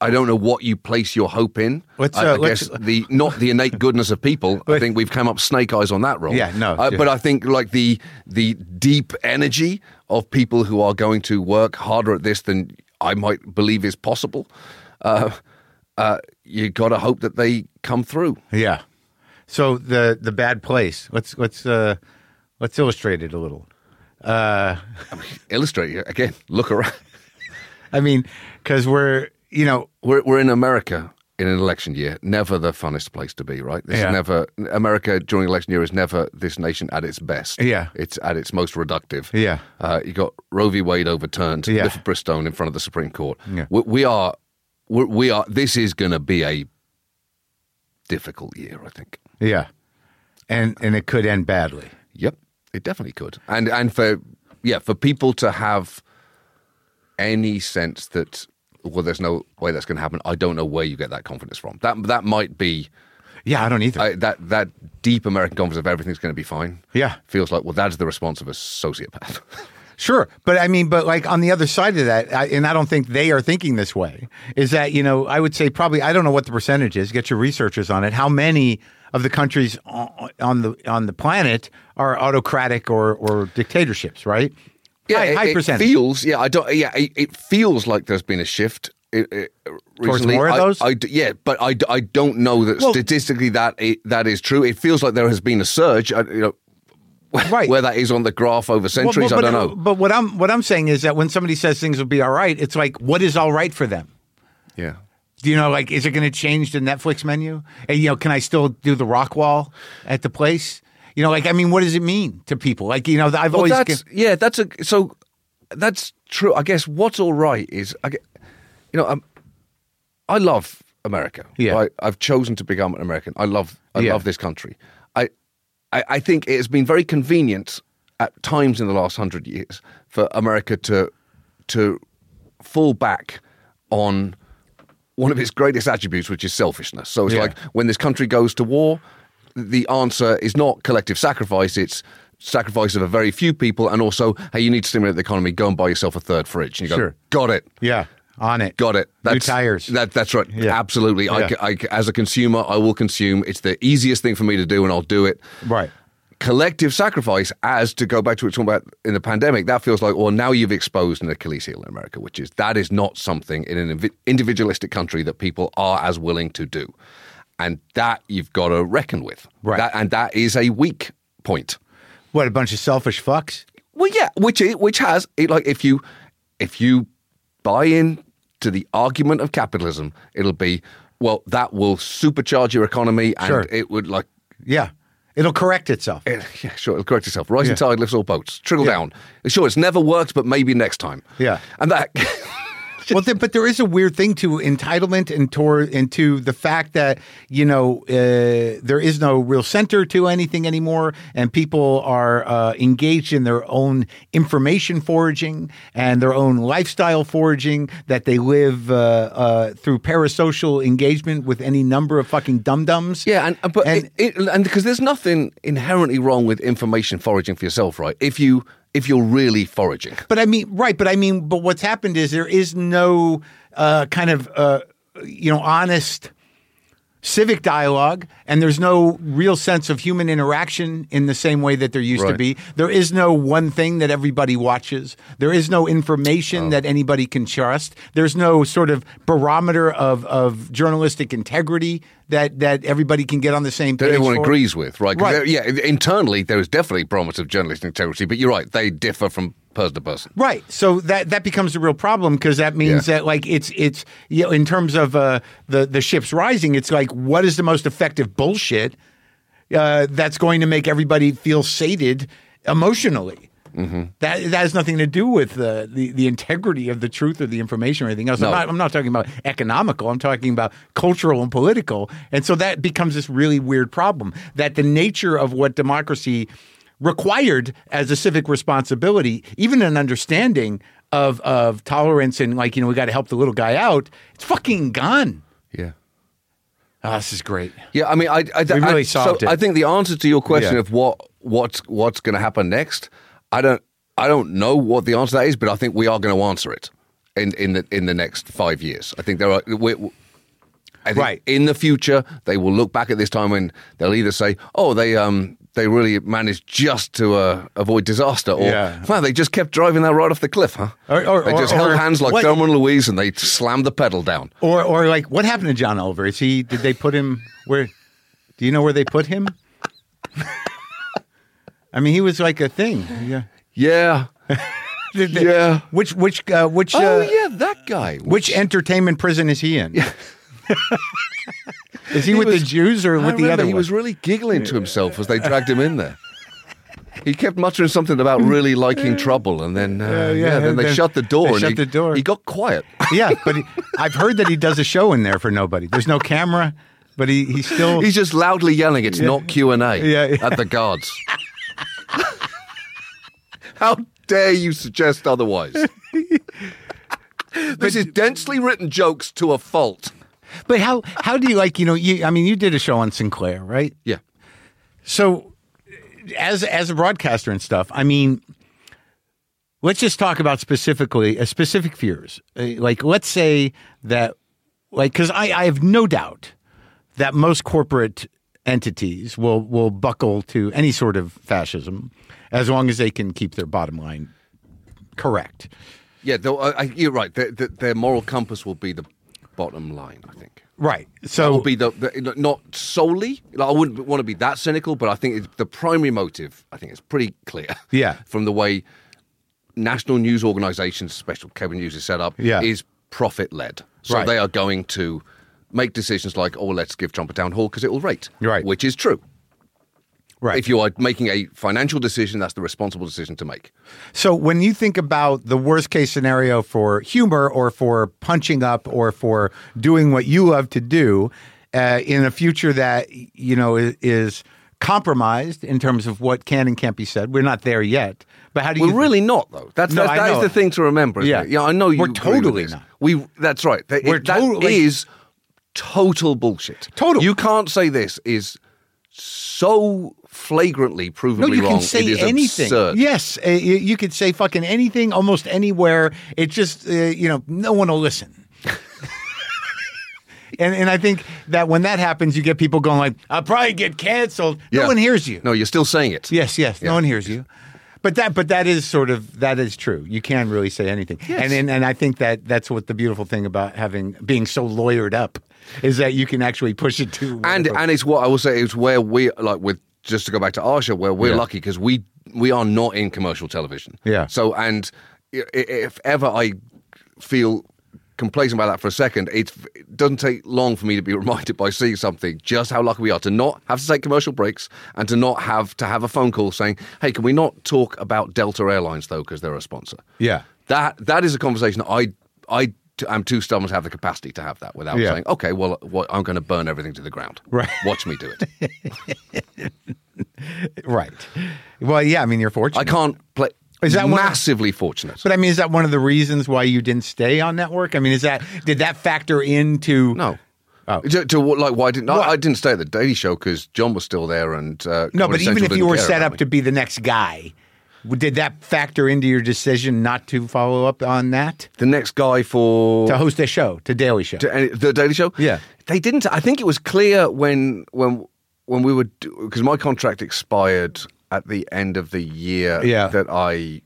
Speaker 3: I don't know what you place your hope in.
Speaker 1: Let's,
Speaker 3: I,
Speaker 1: uh,
Speaker 3: I
Speaker 1: let's-
Speaker 3: guess the not the innate goodness of people. I think we've come up snake eyes on that role.
Speaker 1: Yeah, no,
Speaker 3: Uh,
Speaker 1: yeah.
Speaker 3: But I think like the the deep energy of people who are going to work harder at this than I might believe is possible. Uh, uh, you gotta hope that they come through.
Speaker 1: Yeah. So the the bad place. Let's let's uh let's illustrate it a little.
Speaker 3: illustrate it again. Look around.
Speaker 1: I mean, because we're you know
Speaker 3: We're we're in America in an election year. Never the funnest place to be, right? This
Speaker 1: Yeah.
Speaker 3: is never America during election year is never this nation at its best.
Speaker 1: Yeah.
Speaker 3: it's at its most reductive.
Speaker 1: Yeah.
Speaker 3: uh, you got Roe v. Wade overturned.
Speaker 1: Yeah.
Speaker 3: Yeah, Liv Stone in front of the Supreme Court.
Speaker 1: Yeah.
Speaker 3: we, we are we're, we are. This is going to be a difficult year, I think.
Speaker 1: yeah, and and it could end badly.
Speaker 3: Yep, it definitely could. And and for yeah, for people to have any sense that well, there's no way that's going to happen. I don't know where you get that confidence from. That that might be
Speaker 1: Yeah, I don't either.
Speaker 3: I, that that deep American confidence of everything's going to be fine.
Speaker 1: Yeah.
Speaker 3: feels like well, that's the response of a sociopath.
Speaker 1: Sure, but I mean, but like on the other side of that, I, and I don't think they are thinking this way. Is that you know I would say probably I don't know what the percentage is. Get your researchers on it. How many of the countries o- on the on the planet are autocratic or or dictatorships? Right. high,
Speaker 3: it,
Speaker 1: high
Speaker 3: it
Speaker 1: percentage.
Speaker 3: feels. Yeah, I don't. Yeah, it, it feels like there's been a shift. It, it, recently.
Speaker 1: more of
Speaker 3: I-
Speaker 1: those?
Speaker 3: I d- yeah, but I, d- I don't know that
Speaker 1: Well-
Speaker 3: statistically that i that is true. It feels like there has been a surge. I, you know,
Speaker 1: Right.
Speaker 3: where that is on the graph over centuries,
Speaker 1: Well, but,
Speaker 3: I
Speaker 1: but-
Speaker 3: don't know.
Speaker 1: But what I'm what I'm saying is that when somebody says things will be all right, it's like what is all right for them?
Speaker 3: Yeah.
Speaker 1: Do you know like is it going to change the Netflix menu? And you know, can I still do the rock wall at the place? You know, like I mean, what does it mean to people? Like you know, I've
Speaker 3: Well,
Speaker 1: always
Speaker 3: that's yeah. That's a so that's true. I guess what's all right is I get, you know um, I love America.
Speaker 1: Yeah.
Speaker 3: I, I've chosen to become an American. I love I
Speaker 1: Yeah.
Speaker 3: love this country. I, I I think it has been very convenient at times in the last hundred years for America to to fall back on one of its greatest attributes, which is selfishness. So it's
Speaker 1: Yeah.
Speaker 3: like when this country goes to war, the answer is not collective sacrifice, it's sacrifice of a very few people, and also, hey, you need to stimulate the economy, go and buy yourself a third fridge. And you go,
Speaker 1: Sure.
Speaker 3: got it.
Speaker 1: yeah on it.
Speaker 3: Got it.
Speaker 1: New tires.
Speaker 3: That, that's right.
Speaker 1: Yeah.
Speaker 3: Absolutely. I
Speaker 1: Yeah.
Speaker 3: c I c as a consumer, I will consume. It's the easiest thing for me to do, and I'll do it.
Speaker 1: Right.
Speaker 3: Collective sacrifice, as to go back to what we were talking about in the pandemic, that feels like, well, now you've exposed an Achilles heel in America, which is that is not something in an invi- individualistic country that people are as willing to do. And that you've got to reckon with.
Speaker 1: Right.
Speaker 3: That, and that is a weak point.
Speaker 1: What a bunch of selfish fucks.
Speaker 3: Well, yeah, which is, which has it, like if you if you buy in to the argument of capitalism, it'll be well that will supercharge your economy and
Speaker 1: Sure.
Speaker 3: it would like
Speaker 1: Yeah, it'll correct itself.
Speaker 3: it, yeah sure it'll correct itself. Rising
Speaker 1: Yeah.
Speaker 3: tide lifts all boats. Trickle
Speaker 1: Yeah.
Speaker 3: down. Sure, it's never worked, but maybe next time.
Speaker 1: Yeah.
Speaker 3: and that
Speaker 1: well, there, but there is a weird thing to entitlement and toward and to the fact that you know uh, there is no real center to anything anymore, and people are uh, engaged in their own information foraging and their own lifestyle foraging that they live uh, uh, through parasocial engagement with any number of fucking dum dums.
Speaker 3: yeah, and uh, but
Speaker 1: And-
Speaker 3: and, it, it, and because there's nothing inherently wrong with information foraging for yourself, right? If you if you're really foraging.
Speaker 1: But I mean, right? But I mean, but what's happened is there is no uh, kind of uh, you know honest civic dialogue, and there's no real sense of human interaction in the same way that there used to
Speaker 3: Right.
Speaker 1: be. There is no one thing that everybody watches. There is no information that anybody can trust. There's no sort of barometer of of journalistic integrity that that everybody can get on the same page.
Speaker 3: that everyone
Speaker 1: for.
Speaker 3: agrees with, right? 'Cause
Speaker 1: Right.
Speaker 3: there- Yeah, internally there is definitely promise of journalistic integrity, but you're right, they differ from person to person.
Speaker 1: Right. So that that becomes a real problem because that means
Speaker 3: Yeah.
Speaker 1: that like it's it's you know, in terms of uh, the the ships rising, it's like what is the most effective bullshit uh, that's going to make everybody feel sated emotionally. That that has nothing to do with the, the the integrity of the truth or the information or anything else. I'm,
Speaker 3: No.
Speaker 1: not, I'm not talking about economical. I'm talking about cultural and political. And so that becomes this really weird problem that the nature of what democracy required as a civic responsibility, even an understanding of of tolerance and like you know we got to help the little guy out. It's fucking gone.
Speaker 3: Yeah.
Speaker 1: Oh, this is great.
Speaker 3: Yeah, I mean, I, I,
Speaker 1: We really
Speaker 3: I-
Speaker 1: solved
Speaker 3: so
Speaker 1: it.
Speaker 3: I think the answer to your question
Speaker 1: Yeah.
Speaker 3: of what what's what's going to happen next, I don't I don't know what the answer to that is, but I think we are going to answer it in in the in the next five years. I think there are. We, we- I think
Speaker 1: Right.
Speaker 3: in the future, they will look back at this time and they'll either say, "Oh, they um they really managed just to uh, avoid disaster," or
Speaker 1: Yeah.
Speaker 3: "Wow, they just kept driving that right off the cliff, huh?"
Speaker 1: Or- or-
Speaker 3: they
Speaker 1: or-
Speaker 3: just held
Speaker 1: or-
Speaker 3: hands like
Speaker 1: what-
Speaker 3: Thelma and Louise and they slammed the pedal down.
Speaker 1: Or or like what happened to John Oliver? Is he did they put him where do you know where they put him? I mean, he was like a thing. Yeah.
Speaker 3: Yeah.
Speaker 1: Did they-
Speaker 3: Yeah.
Speaker 1: Which which uh, which
Speaker 3: Oh
Speaker 1: uh,
Speaker 3: yeah, that guy.
Speaker 1: which entertainment prison is he in? is he, with
Speaker 3: was-
Speaker 1: the Jews or
Speaker 3: I
Speaker 1: with the
Speaker 3: remember
Speaker 1: other
Speaker 3: he
Speaker 1: one?
Speaker 3: was really giggling to himself as they dragged him in there. He kept muttering something about really liking trouble, and then uh,
Speaker 1: Hmm. Yeah,
Speaker 3: yeah,
Speaker 1: yeah,
Speaker 3: then they
Speaker 1: then
Speaker 3: shut the door.
Speaker 1: they
Speaker 3: and
Speaker 1: shut
Speaker 3: he,
Speaker 1: the door.
Speaker 3: He got quiet.
Speaker 1: yeah, but he, I've heard that he does a show in there for nobody. There's no camera, but he he still
Speaker 3: He's just loudly yelling, "It's not Q and A!"
Speaker 1: Yeah, yeah.
Speaker 3: at the guards. How dare you suggest otherwise? this is densely written jokes to a fault.
Speaker 1: But how how do you like you know you I mean you did a show on Sinclair, right?
Speaker 3: Yeah,
Speaker 1: So, as as a broadcaster and stuff, I mean, let's just talk about specifically uh, specific fears. Uh, like, let's say that, like, because I I have no doubt that most corporate entities will will buckle to any sort of fascism as long as they can keep their bottom line correct.
Speaker 3: yeah. Though, I, I, you're right. Their, their- their moral compass will be the bottom line. I think.
Speaker 1: Right. So
Speaker 3: will be the, the not solely. like, I wouldn't want to be that cynical, but I think it's the primary motive. I think it's pretty clear.
Speaker 1: Yeah.
Speaker 3: from the way national news organisations, special cable news, is set up.
Speaker 1: Yeah.
Speaker 3: is profit led. So
Speaker 1: Right.
Speaker 3: they are going to make decisions like, oh, let's give Trump a town hall because it will rate.
Speaker 1: Right.
Speaker 3: which is true.
Speaker 1: right.
Speaker 3: If you are making a financial decision, that's the responsible decision to make.
Speaker 1: So when you think about the worst case scenario for humor or for punching up or for doing what you love to do uh, in a future that you know is, is compromised in terms of what can and can't be said, we're not there yet. But how do you?
Speaker 3: We're really not though. That's,
Speaker 1: No,
Speaker 3: that's
Speaker 1: I
Speaker 3: that is
Speaker 1: know.
Speaker 3: the thing to remember. Isn't
Speaker 1: Yeah.
Speaker 3: yeah, it? yeah. I know you.
Speaker 1: We're
Speaker 3: agree with
Speaker 1: totally
Speaker 3: this.
Speaker 1: not.
Speaker 3: We. That's right. That,
Speaker 1: We're
Speaker 3: it- that
Speaker 1: totally-
Speaker 3: is total bullshit.
Speaker 1: Total.
Speaker 3: You can't say this is so flagrantly provably
Speaker 1: no, you
Speaker 3: wrong.
Speaker 1: can say
Speaker 3: it is
Speaker 1: anything.
Speaker 3: absurd.
Speaker 1: Yes, uh, you, you could say fucking anything, almost anywhere. It's just uh, you know no one will listen. and and I think that when that happens, you get people going like, "I'll probably get canceled."
Speaker 3: Yeah.
Speaker 1: No one hears you.
Speaker 3: No, you're still saying it.
Speaker 1: Yes, yes. No
Speaker 3: Yeah.
Speaker 1: one hears you. But that, but that is sort of that is true. You can really say anything, and, and and I think that that's what the beautiful thing about having being so lawyered up is that you can actually push it to.
Speaker 3: and
Speaker 1: whatever.
Speaker 3: and it's what I will say is where we like with just to go back to our show where we're
Speaker 1: Yeah.
Speaker 3: lucky because we we are not in commercial television.
Speaker 1: Yeah.
Speaker 3: So and i- i- if ever I feel complacent about that for a second, it doesn't take long for me to be reminded by seeing something just how lucky we are to not have to take commercial breaks and to not have to have a phone call saying, "Hey, can we not talk about Delta Airlines though because they're a sponsor?"
Speaker 1: Yeah.
Speaker 3: That that is a conversation I I t- am too stubborn to have the capacity to have that without
Speaker 1: Yeah.
Speaker 3: saying, okay, well, what, I'm going to burn everything to the ground.
Speaker 1: Right.
Speaker 3: Watch me do it.
Speaker 1: right. Well, yeah. I mean, you're fortunate.
Speaker 3: I can't play.
Speaker 1: Is that one-
Speaker 3: massively fortunate?
Speaker 1: But I mean, is that one of the reasons why you didn't stay on network? I mean, is that did that factor into?
Speaker 3: no.
Speaker 1: Oh.
Speaker 3: To, to what- like why didn't I,
Speaker 1: What?
Speaker 3: I didn't stay at the Daily Show because John was still there and uh,
Speaker 1: No,
Speaker 3: Comedy
Speaker 1: but even
Speaker 3: Central
Speaker 1: if you
Speaker 3: didn't
Speaker 1: were
Speaker 3: care
Speaker 1: set
Speaker 3: about
Speaker 1: up
Speaker 3: me.
Speaker 1: to be the next guy, w- did that factor into your decision not to follow up on that
Speaker 3: the next guy for
Speaker 1: to host a show, to Daily Show?
Speaker 3: to any, the Daily Show.
Speaker 1: Yeah.
Speaker 3: they didn't. I think it was clear when when when we were because my contract expired at the end of the year
Speaker 1: Yeah.
Speaker 3: that I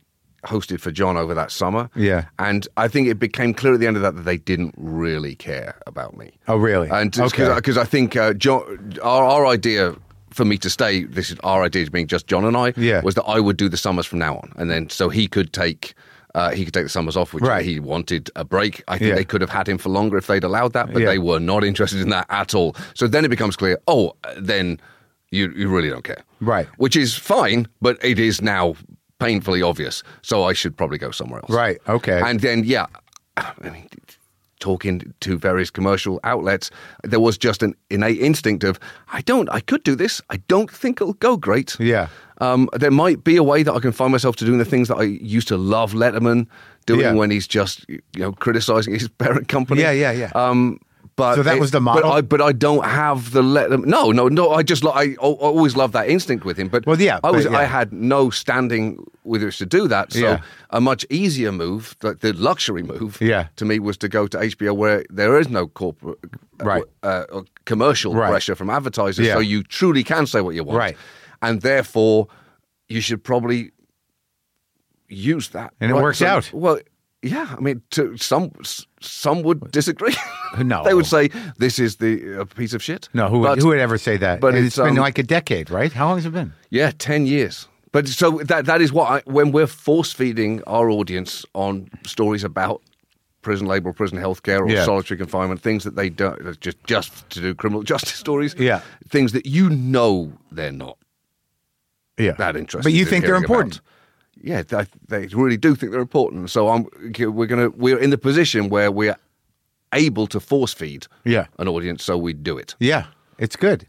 Speaker 3: hosted for John over that summer.
Speaker 1: Yeah.
Speaker 3: and I think it became clear at the end of that that they didn't really care about me.
Speaker 1: Oh, really?
Speaker 3: And because
Speaker 1: Okay.
Speaker 3: I think uh, John, our, our idea. For me to stay, this is our idea being just John and I.
Speaker 1: Yeah.
Speaker 3: was that I would do the summers from now on, and then so he could take, uh, he could take the summers off, which
Speaker 1: Right.
Speaker 3: he wanted a break. I think
Speaker 1: Yeah.
Speaker 3: they could have had him for longer if they'd allowed that, but
Speaker 1: Yeah.
Speaker 3: they were not interested in that at all. So then it becomes clear, oh, then you, you really don't care.
Speaker 1: Right.
Speaker 3: Which is fine, but it is now painfully obvious. So I should probably go somewhere else.
Speaker 1: Right, okay.
Speaker 3: And then, yeah, I mean, talking to various commercial outlets, there was just an innate instinct of, I don't, I could do this. I don't think it'll go great.
Speaker 1: Yeah.
Speaker 3: Um, there might be a way that I can find myself to doing the things that I used to love Letterman doing
Speaker 1: Yeah.
Speaker 3: when he's just you know criticizing his parent company.
Speaker 1: Yeah, yeah, yeah.
Speaker 3: Um, But
Speaker 1: So that was the model?
Speaker 3: But I, but I don't have the let them. No, no, no. I just lo- I al- always love that instinct with him. But
Speaker 1: Well, yeah,
Speaker 3: I was
Speaker 1: but yeah.
Speaker 3: I had no standing with which to do that. So
Speaker 1: Yeah.
Speaker 3: a much easier move, like the luxury move,
Speaker 1: Yeah.
Speaker 3: to me was to go to HBO where there is no corporate
Speaker 1: Right.
Speaker 3: uh, uh, commercial
Speaker 1: Right.
Speaker 3: pressure from advertisers.
Speaker 1: Yeah.
Speaker 3: So you truly can say what you want,
Speaker 1: Right.
Speaker 3: And therefore, you should probably use that.
Speaker 1: And it worked out.
Speaker 3: Well, yeah. I mean, to some s- some would disagree.
Speaker 1: No.
Speaker 3: they would say this is the a piece of shit.
Speaker 1: No, who,
Speaker 3: But-
Speaker 1: would who would ever say that?
Speaker 3: but
Speaker 1: And
Speaker 3: it's,
Speaker 1: it's been
Speaker 3: um,
Speaker 1: like a decade, right? How long has it been?
Speaker 3: Yeah, ten years. But so that that is what I, when we're force feeding our audience on stories about prison labor, prison healthcare, or
Speaker 1: Yeah.
Speaker 3: solitary confinement, things that they don't just just to do criminal justice stories.
Speaker 1: Yeah.
Speaker 3: things that you know they're not
Speaker 1: Yeah,
Speaker 3: that interesting.
Speaker 1: But you
Speaker 3: to
Speaker 1: think they're
Speaker 3: hearing about.
Speaker 1: important?
Speaker 3: Yeah, th- they really do think they're important. So I'm, we're gonna we're in the position where we're able to force feed
Speaker 1: Yeah.
Speaker 3: an audience, so we do it.
Speaker 1: Yeah, it's good.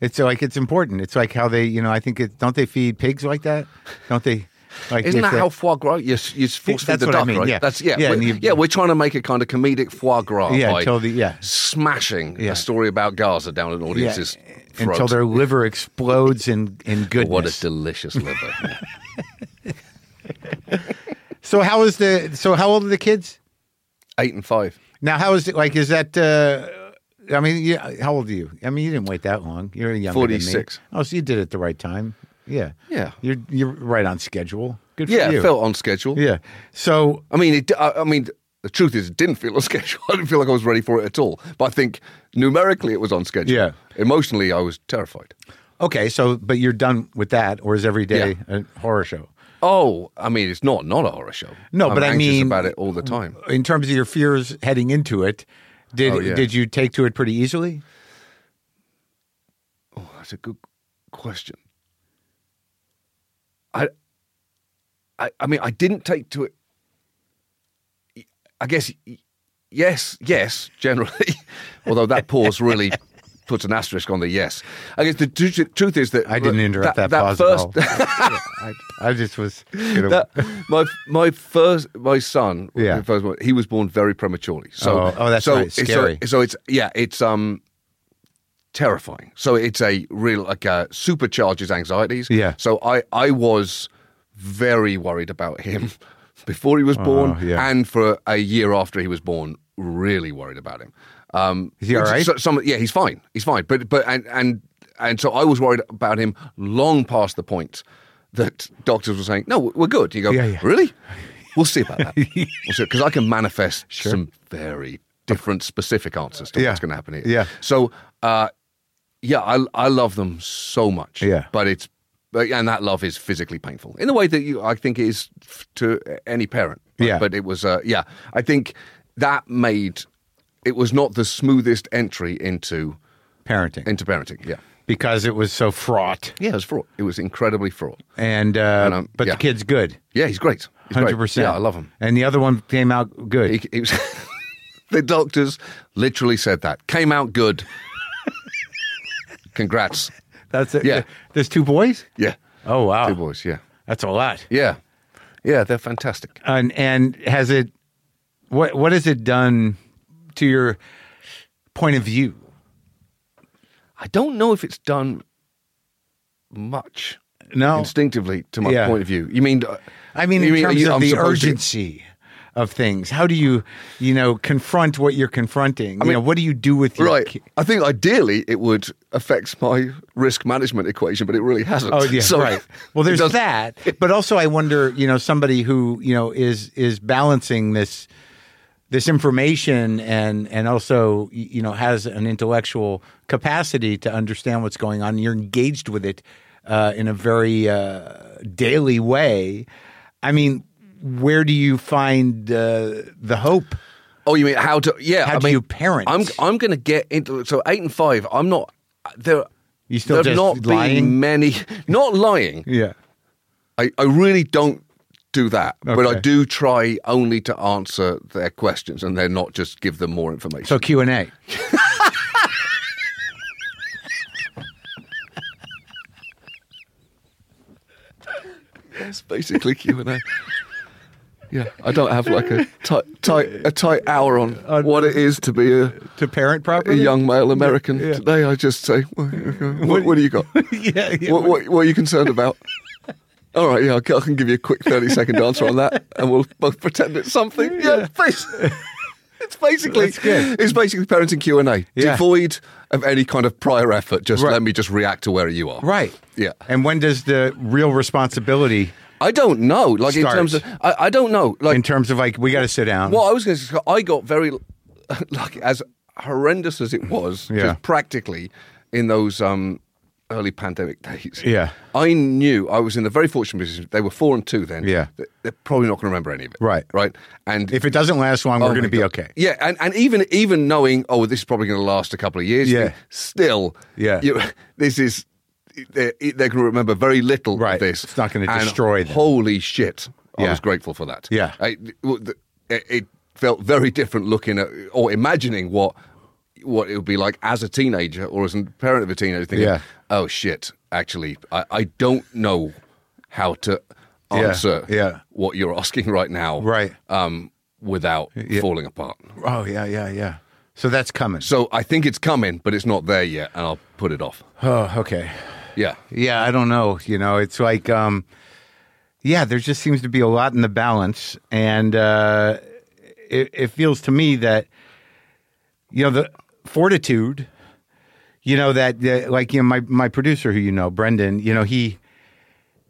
Speaker 1: It's like it's important. It's like how they, you know, I think it. Don't they feed pigs like that? Don't they? Like
Speaker 3: Isn't
Speaker 1: if
Speaker 3: that
Speaker 1: they-
Speaker 3: how foie gras? You, s- you s- force feed
Speaker 1: That's
Speaker 3: the
Speaker 1: what I
Speaker 3: duck,
Speaker 1: mean,
Speaker 3: right?
Speaker 1: yeah.
Speaker 3: That's yeah,
Speaker 1: Yeah,
Speaker 3: we're,
Speaker 1: and you-
Speaker 3: yeah. We're trying to make a kind of comedic foie gras.
Speaker 1: Yeah,
Speaker 3: by
Speaker 1: until the- yeah.
Speaker 3: smashing
Speaker 1: Yeah.
Speaker 3: a story about Gaza down an
Speaker 1: Yeah,
Speaker 3: audience's throat.
Speaker 1: until their liver explodes in in goodness.
Speaker 3: what a delicious liver.
Speaker 1: so how is the? So how old are the kids
Speaker 3: Eight and five.
Speaker 1: now? How is it? Like, is that? uh I mean, yeah, how old are you? I mean, you didn't wait that long. You're younger than me.
Speaker 3: 46.
Speaker 1: Oh, so you did it at the right time. Yeah.
Speaker 3: Yeah.
Speaker 1: You're you're right on schedule. Good for
Speaker 3: Yeah,
Speaker 1: you.
Speaker 3: it felt on schedule.
Speaker 1: yeah. So
Speaker 3: I mean, it, I, I mean, the truth is, it didn't feel on schedule. I didn't feel like I was ready for it at all. But I think numerically, it was on schedule.
Speaker 1: Yeah.
Speaker 3: Emotionally, I was terrified.
Speaker 1: Okay, so but you're done with that, or is every day a horror show?
Speaker 3: Oh, I mean, it's not not a horror show.
Speaker 1: No,
Speaker 3: I'm
Speaker 1: but I
Speaker 3: anxious
Speaker 1: mean-
Speaker 3: about it all the time.
Speaker 1: In terms of your fears heading into it, did
Speaker 3: Oh, yeah.
Speaker 1: did you take to it pretty easily?
Speaker 3: Oh, that's a good question. I, I, I mean, I didn't take to it. I guess, y- yes, yes, generally. Although that pause really puts an asterisk on the yes. I guess the tru- tru- truth is that
Speaker 1: I didn't interrupt that, pause
Speaker 3: first,
Speaker 1: at all. Yeah, I, I just was. You know,
Speaker 3: that, my my first my son
Speaker 1: Yeah.
Speaker 3: the first one, he was born very prematurely so
Speaker 1: Oh, oh, that's
Speaker 3: so,
Speaker 1: right,
Speaker 3: so-
Speaker 1: scary.
Speaker 3: so, it's yeah it's um terrifying so it's a real like uh, supercharges anxieties
Speaker 1: Yeah.
Speaker 3: so I I was very worried about him before he was born
Speaker 1: Oh, yeah.
Speaker 3: and for a year after he was born really worried about him um
Speaker 1: Is he all
Speaker 3: which
Speaker 1: right?
Speaker 3: so- some yeah he's fine he's fine but but and and and so I was worried about him long past the point that doctors were saying no we're good you go
Speaker 1: Yeah, yeah.
Speaker 3: really we'll see about that because I can manifest some very different specific answers to
Speaker 1: Yeah.
Speaker 3: what's going to happen here
Speaker 1: Yeah.
Speaker 3: so uh yeah I I love them so much
Speaker 1: Yeah.
Speaker 3: but it's but- and that love is physically painful in the way that you I think it is f- to any parent But-
Speaker 1: Yeah.
Speaker 3: but it was uh, yeah i think that made it was not the smoothest entry into
Speaker 1: parenting
Speaker 3: into parenting yeah
Speaker 1: because it was so fraught,
Speaker 3: yeah it was fraught it was incredibly fraught
Speaker 1: and, uh,
Speaker 3: um,
Speaker 1: but
Speaker 3: yeah.
Speaker 1: the kid's good,
Speaker 3: yeah he's great He's great.
Speaker 1: hundred percent.
Speaker 3: yeah i love him
Speaker 1: And the other one came out good.
Speaker 3: he, he was, the doctors literally said that came out good congrats
Speaker 1: That's it.
Speaker 3: yeah.
Speaker 1: There's two boys.
Speaker 3: yeah
Speaker 1: Oh wow,
Speaker 3: two boys yeah
Speaker 1: that's a lot.
Speaker 3: yeah yeah they're fantastic
Speaker 1: and and has it what what has it done to your point of view
Speaker 3: i don't know if it's done much
Speaker 1: no
Speaker 3: instinctively to my
Speaker 1: Yeah.
Speaker 3: point of view you mean uh,
Speaker 1: i mean
Speaker 3: you
Speaker 1: in
Speaker 3: are
Speaker 1: terms
Speaker 3: you-
Speaker 1: of
Speaker 3: I'm
Speaker 1: the
Speaker 3: supposed to-
Speaker 1: urgency of things how do you you know confront what you're confronting you know what do you do with your
Speaker 3: Right.
Speaker 1: ki-
Speaker 3: I think ideally it would affect my risk management equation, but it really hasn't.
Speaker 1: Oh yeah,
Speaker 3: So-
Speaker 1: right. Well,
Speaker 3: It
Speaker 1: there's
Speaker 3: does-
Speaker 1: that, but also I wonder, you know, somebody who you know is is balancing this this information and and also y- you know has an intellectual capacity to understand what's going on. You're engaged with it uh, in a very uh, daily way. I mean, where do you find uh, the hope?
Speaker 3: Oh, you mean how to? Yeah.
Speaker 1: How
Speaker 3: I
Speaker 1: do
Speaker 3: mean,
Speaker 1: you parent?
Speaker 3: I'm I'm going to get into so eight and five. I'm not there.
Speaker 1: You still
Speaker 3: there've
Speaker 1: just
Speaker 3: not been
Speaker 1: lying?
Speaker 3: many. Not lying.
Speaker 1: Yeah,
Speaker 3: I, I really don't do that, but
Speaker 1: Okay.
Speaker 3: I do try only to answer their questions and then not just give them more information.
Speaker 1: so Q and A.
Speaker 3: That's basically Q and A. Yeah, I don't have like a tight, tight, a tight hour on what it is to be a,
Speaker 1: to parent
Speaker 3: a
Speaker 1: property.
Speaker 3: young male American
Speaker 1: Yeah.
Speaker 3: today. I just say, what, what do you got?
Speaker 1: yeah, yeah.
Speaker 3: What, what, what are you concerned about? All right, yeah, I can, I can give you a quick thirty-second answer on that, and we'll both pretend it's something. Yeah, bas- it's basically
Speaker 1: That's good.
Speaker 3: it's basically parenting Q and A,
Speaker 1: Yeah.
Speaker 3: devoid of any kind of prior effort. Just
Speaker 1: Right.
Speaker 3: let me just react to where you are.
Speaker 1: Right.
Speaker 3: Yeah.
Speaker 1: And when does the real responsibility
Speaker 3: I don't know. Like
Speaker 1: Start.
Speaker 3: in terms of, I, I don't know. Like
Speaker 1: in terms of like we got to sit down?
Speaker 3: Well, I was going to say, I got very, like, as horrendous as it was,
Speaker 1: Yeah.
Speaker 3: just practically in those um, early pandemic days.
Speaker 1: Yeah.
Speaker 3: I knew I was in the very fortunate position. They were four and two then.
Speaker 1: Yeah.
Speaker 3: Th- They're probably not going to remember any of it.
Speaker 1: Right.
Speaker 3: Right. And
Speaker 1: if it doesn't last long,
Speaker 3: oh
Speaker 1: we're going
Speaker 3: my
Speaker 1: to be
Speaker 3: God.
Speaker 1: okay.
Speaker 3: Yeah, and, and even even knowing, oh, this is probably going to last a couple of years.
Speaker 1: Yeah.
Speaker 3: Still,
Speaker 1: Yeah.
Speaker 3: you- this is they're, they're going to remember very little
Speaker 1: Right.
Speaker 3: of this.
Speaker 1: It's not gonna
Speaker 3: And
Speaker 1: destroy them.
Speaker 3: Holy shit!
Speaker 1: Yeah.
Speaker 3: I was grateful for that.
Speaker 1: Yeah.
Speaker 3: I, it, it felt very different looking at or imagining what what it would be like as a teenager or as a parent of a teenager. Thinking,
Speaker 1: Yeah.
Speaker 3: oh shit! Actually, I, I don't know how to
Speaker 1: Yeah.
Speaker 3: answer
Speaker 1: Yeah.
Speaker 3: what you're asking right now
Speaker 1: Right.
Speaker 3: um, without falling apart.
Speaker 1: Oh yeah, yeah, yeah. So that's coming.
Speaker 3: So I think it's coming, but it's not there yet, and I'll put it off.
Speaker 1: Oh, okay.
Speaker 3: Yeah.
Speaker 1: Yeah, I don't know. You know, it's like, um, yeah, there just seems to be a lot in the balance, and uh, it, it feels to me that you know the fortitude. You know that, that like you know my my producer who you know Brendan. You know he,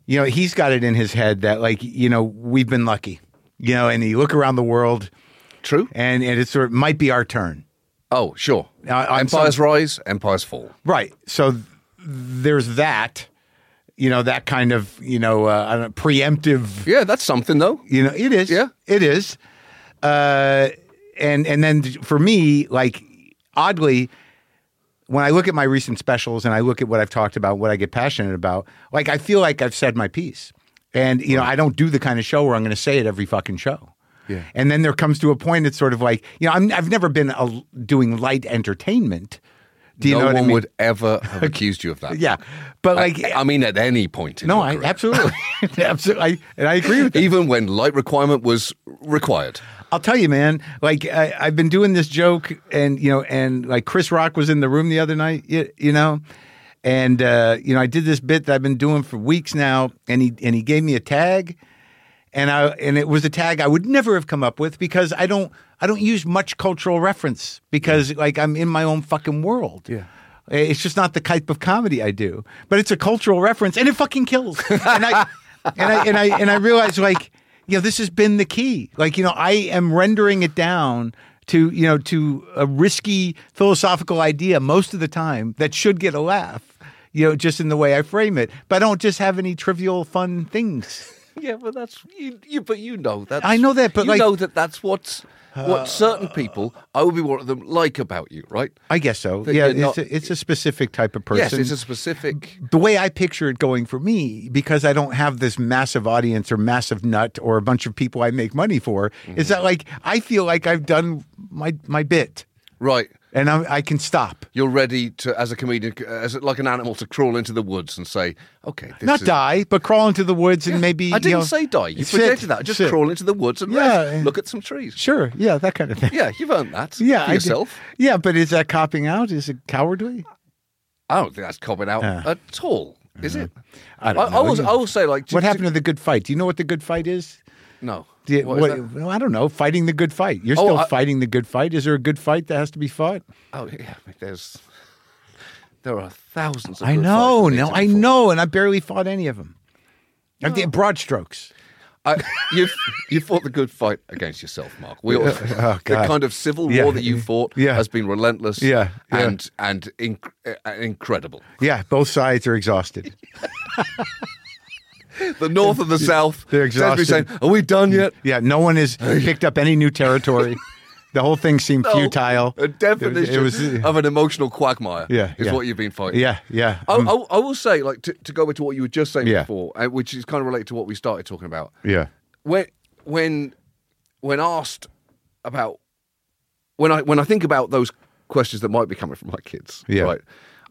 Speaker 1: you know he's got it in his head that like you know we've been lucky. You know, and you look aroround the world,
Speaker 3: True.
Speaker 1: and, and it's sort of might be our turn.
Speaker 3: Oh, sure.
Speaker 1: I- I'm
Speaker 3: empires rise, empires fall.
Speaker 1: Right. So th- there's that, you know, that kind of, you know, uh, I don't know, preemptive,
Speaker 3: Yeah, that's something though.
Speaker 1: you know, it is.
Speaker 3: Yeah.
Speaker 1: It is. Uh, and, and then for me, like, oddly, when I look at my recent specials and I look at what I've talked about, what I get passionate about, like, I feel like I've said my piece. And, you know, I don't do the kind of show where I'm going to say it every fucking show.
Speaker 3: Yeah.
Speaker 1: And then there comes to a point, it's sort of like, you know, I'm, I've never been a, doing light entertainment. Do you
Speaker 3: no
Speaker 1: know what
Speaker 3: one
Speaker 1: I mean?
Speaker 3: would ever have accused you of that.
Speaker 1: Yeah, but
Speaker 3: Like,
Speaker 1: like, uh,
Speaker 3: I mean, at any point. In
Speaker 1: no,
Speaker 3: your
Speaker 1: I
Speaker 3: career.
Speaker 1: absolutely, absolutely, I, and I agree with that.
Speaker 3: Even when light requirement was required.
Speaker 1: I'll tell you, man. Like, I, I've been doing this joke, and you know, and like Chris Rock was in the room the other night, you, you know, and uh, you know, I did this bit that I've been doing for weeks now, and he and he gave me a tag, and I and it was a tag I would never have come up with because I don't I don't use much cultural reference because like I'm in my own fucking world. Yeah. It's just not the type of comedy I do, but it's a cultural reference, and it fucking kills. And I and I and I and I realize like you know this has been the key. Like you know I am rendering it down to you know to a risky philosophical idea most of the time that should get a laugh. You know, just in the way I frame it, but I don't just have any trivial fun things.
Speaker 3: Yeah, but that's you. you but you know that Uh,
Speaker 1: I know that, but
Speaker 3: you
Speaker 1: like-
Speaker 3: know that that's what's what certain people, I will be one of them, like about you, right?
Speaker 1: I guess so.
Speaker 3: That
Speaker 1: Yeah,
Speaker 3: you're
Speaker 1: it's,
Speaker 3: not-
Speaker 1: a, it's a specific type of person.
Speaker 3: Yes, it's a specific.
Speaker 1: the way I picture it going for me, because I don't have this massive audience or massive nut or a bunch of people I make money for,
Speaker 3: Mm-hmm.
Speaker 1: is that like I feel like I've done my my bit
Speaker 3: Right.
Speaker 1: and I'm, I can stop,
Speaker 3: You're ready to, as a comedian, as like an animal, to crawl into the woods and say, "Okay, this
Speaker 1: not
Speaker 3: is,
Speaker 1: die, but crawl into the woods and maybe
Speaker 3: I didn't
Speaker 1: you know,
Speaker 3: say die. You
Speaker 1: sit,
Speaker 3: projected that. Just
Speaker 1: sit.
Speaker 3: crawl into the woods and
Speaker 1: Yeah,
Speaker 3: rest.
Speaker 1: yeah.
Speaker 3: Look at some trees.
Speaker 1: Sure, yeah, that kind of thing.
Speaker 3: Yeah, you've earned that.
Speaker 1: Yeah,
Speaker 3: for
Speaker 1: I did-
Speaker 3: yourself.
Speaker 1: Yeah, but is that copping out? Is it cowardly?
Speaker 3: I don't think that's copping out
Speaker 1: Yeah.
Speaker 3: at all, is it?
Speaker 1: I don't know.
Speaker 3: was,
Speaker 1: You-
Speaker 3: I will say, like, to-
Speaker 1: What
Speaker 3: to-
Speaker 1: happened to the good fight? Do you know what the good fight is?
Speaker 3: no.
Speaker 1: Do you-
Speaker 3: What is
Speaker 1: what-
Speaker 3: that?
Speaker 1: well, I don't know. Fighting the good fight. You're
Speaker 3: Oh,
Speaker 1: still
Speaker 3: I-
Speaker 1: fighting the good fight. Is there a good fight that has to be fought?
Speaker 3: Oh yeah, I mean, there's there are thousands. of
Speaker 1: I
Speaker 3: good fights
Speaker 1: know.
Speaker 3: that
Speaker 1: No,
Speaker 3: need to be
Speaker 1: I
Speaker 3: fought.
Speaker 1: know. And I barely fought any of them.
Speaker 3: Oh.
Speaker 1: I did broad strokes.
Speaker 3: I, you you fought the good fight against yourself, Mark. We all, the
Speaker 1: Oh, God.
Speaker 3: kind of civil
Speaker 1: Yeah.
Speaker 3: war that you fought
Speaker 1: Yeah.
Speaker 3: has been relentless,
Speaker 1: Yeah, yeah.
Speaker 3: and and inc- uh, incredible.
Speaker 1: Yeah, both sides are exhausted.
Speaker 3: The north and the south.
Speaker 1: They're
Speaker 3: Sainsbury's
Speaker 1: exhausted.
Speaker 3: Saying, are we done yet?
Speaker 1: Yeah, no one has picked up any new territory. The whole thing seemed
Speaker 3: No.
Speaker 1: futile.
Speaker 3: A definition
Speaker 1: It was, it was- uh,
Speaker 3: of an emotional quagmire.
Speaker 1: Yeah,
Speaker 3: is
Speaker 1: yeah.
Speaker 3: what you've been fighting. Oh,
Speaker 1: yeah, yeah.
Speaker 3: I,
Speaker 1: Um,
Speaker 3: I, I will say, like, to, to go back to what you were just saying
Speaker 1: Yeah.
Speaker 3: before, uh, which is kind of related to what we started talking about.
Speaker 1: yeah.
Speaker 3: When, when, when asked about, when I when I think about those questions that might be coming from my kids,
Speaker 1: Yeah.
Speaker 3: right,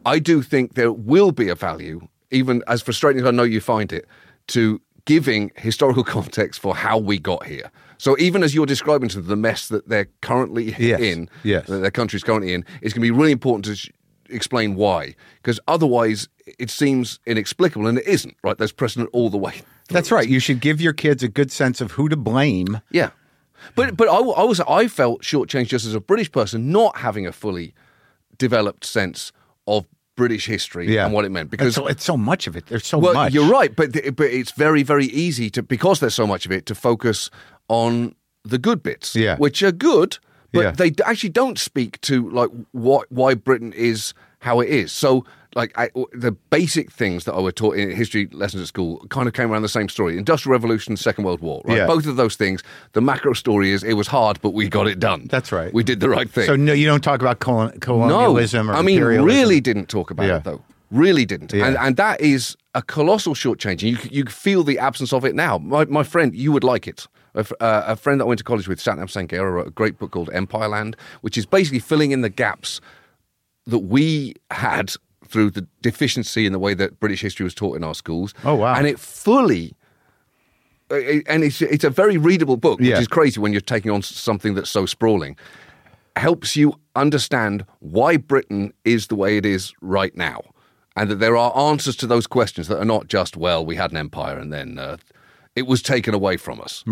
Speaker 3: I do think there will be a value, even as frustrating as I know you find it, to giving historical context for how we got here. So even as you're describing to them the mess that they're currently
Speaker 1: Yes,
Speaker 3: in,
Speaker 1: yes.
Speaker 3: that their country's currently in, it's going to be really important to sh- explain why, because otherwise it seems inexplicable, and it isn't. Right? There's precedent all the way.
Speaker 1: That's right. You should give your kids a good sense of who to blame.
Speaker 3: Yeah, but but I, w- I was I felt shortchanged just as a British person not having a fully developed sense of British history
Speaker 1: Yeah.
Speaker 3: and what it meant
Speaker 1: It's
Speaker 3: because
Speaker 1: so, it's so much of it. There's so
Speaker 3: well,
Speaker 1: much.
Speaker 3: you're right, but th- but it's very very easy to because there's so much of it to focus on the good bits,
Speaker 1: Yeah.
Speaker 3: which are good, but
Speaker 1: Yeah.
Speaker 3: they d- actually don't speak to like what why Britain is how it is. So like I, w- the basic things that I were taught in history lessons at school kind of came around the same story: Industrial Revolution, Second World War. Right,
Speaker 1: Yeah.
Speaker 3: both of those things. The macro story is it was hard, but we got it done.
Speaker 1: That's right.
Speaker 3: We did the right thing.
Speaker 1: So no, you don't talk about colon-
Speaker 3: No,
Speaker 1: colonialism or
Speaker 3: I mean,
Speaker 1: imperialism.
Speaker 3: really didn't talk about
Speaker 1: Yeah.
Speaker 3: it though. Really didn't,
Speaker 1: Yeah.
Speaker 3: and and that is a colossal shortchange. You c- you feel the absence of it now. My my friend, you would like it. A, f- uh, a friend that I went to college with, Satnam Sangera, wrote a great book called Empire Land, which is basically filling in the gaps that we had through the deficiency in the way that British history was taught in our schools.
Speaker 1: Oh, wow.
Speaker 3: And it fully. uh, it- And it's it's a very readable book,
Speaker 1: Yeah.
Speaker 3: which is crazy when you're taking on s- something that's so sprawling helps you understand why Britain is the way it is right now, and that there are answers to those questions that are not just well, we had an empire and then uh, it was taken away from us.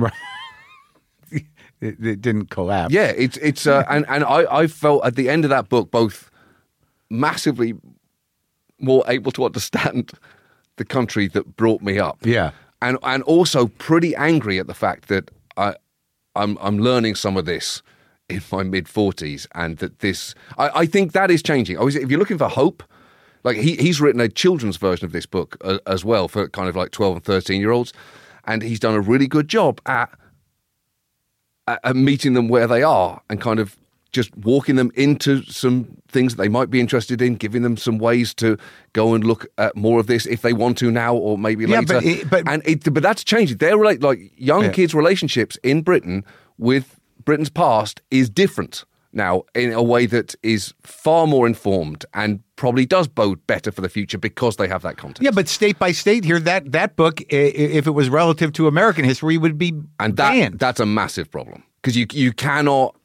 Speaker 1: It, it didn't collapse.
Speaker 3: Yeah, it's it's uh, and and I I felt at the end of that book both massively more able to understand the country that brought me up.
Speaker 1: Yeah.
Speaker 3: and and also pretty angry at the fact that I I'm I'm learning some of this in my mid forties, and that this I, I think that is changing. I was, if you're looking for hope, like he he's written a children's version of this book uh, as well for kind of like twelve and thirteen year olds, and he's done a really good job at at, at uh, meeting them where they are and kind of just walking them into some things that they might be interested in, giving them some ways to go and look at more of this if they want to now or maybe
Speaker 1: Yeah,
Speaker 3: later.
Speaker 1: but it- but-
Speaker 3: and it, but that's changing. They're like, like young
Speaker 1: Yeah.
Speaker 3: kids' relationships in Britain with Britain's past is different now in a way that is far more informed and probably does bode better for the future because they have that context.
Speaker 1: Yeah, but state by state here, that that book, i- i- if it was relative to American history, would be
Speaker 3: and that
Speaker 1: banned.
Speaker 3: that's a massive problem because you you cannot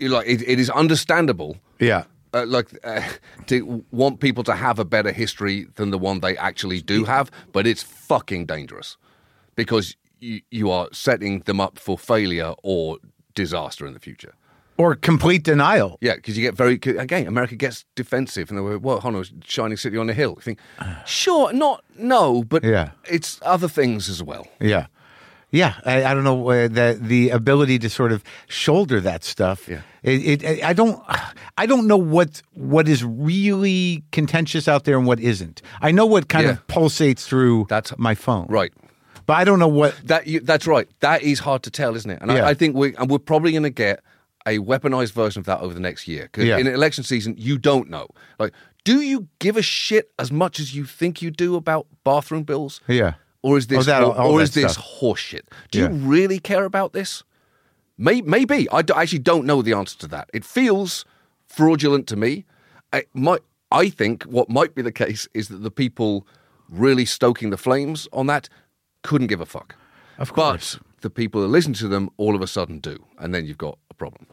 Speaker 3: you like it, it is understandable
Speaker 1: yeah,
Speaker 3: uh, like uh, to want people to have a better history than the one they actually do have, but it's fucking dangerous because you, you are setting them up for failure or disaster in the future.
Speaker 1: or complete denial.
Speaker 3: Yeah, because you get very 'cause again, America gets defensive, and they were well, Hon, shining city on a hill. You think, sure, not no, but
Speaker 1: Yeah.
Speaker 3: it's other things as well.
Speaker 1: Yeah. Yeah, I, I don't know uh, the the ability to sort of shoulder that stuff.
Speaker 3: Yeah.
Speaker 1: It, it, I don't, I don't know what what is really contentious out there and what isn't. I know what kind
Speaker 3: Yeah.
Speaker 1: of pulsates through
Speaker 3: That's-
Speaker 1: my phone,
Speaker 3: Right.
Speaker 1: But I don't know what.
Speaker 3: That you, that's right. That is hard to tell, isn't it? And
Speaker 1: Yeah.
Speaker 3: I, I think we and we're probably going to get a weaponized version of that over the next year because
Speaker 1: Yeah.
Speaker 3: in election season you don't know. Like, do you give a shit as much as you think you do about bathroom bills?
Speaker 1: Yeah.
Speaker 3: Or is this
Speaker 1: Oh, that-
Speaker 3: or,
Speaker 1: all
Speaker 3: or
Speaker 1: that
Speaker 3: is this
Speaker 1: stuff.
Speaker 3: horseshit? Do
Speaker 1: Yeah.
Speaker 3: you really care about this? May, maybe I d- actually don't know the answer to that. It feels fraudulent to me. I might. I think what might be the case is that the people really stoking the flames on that couldn't give a fuck.
Speaker 1: Of course.
Speaker 3: But the people that listen to them all of a sudden do, and then you've got a problem.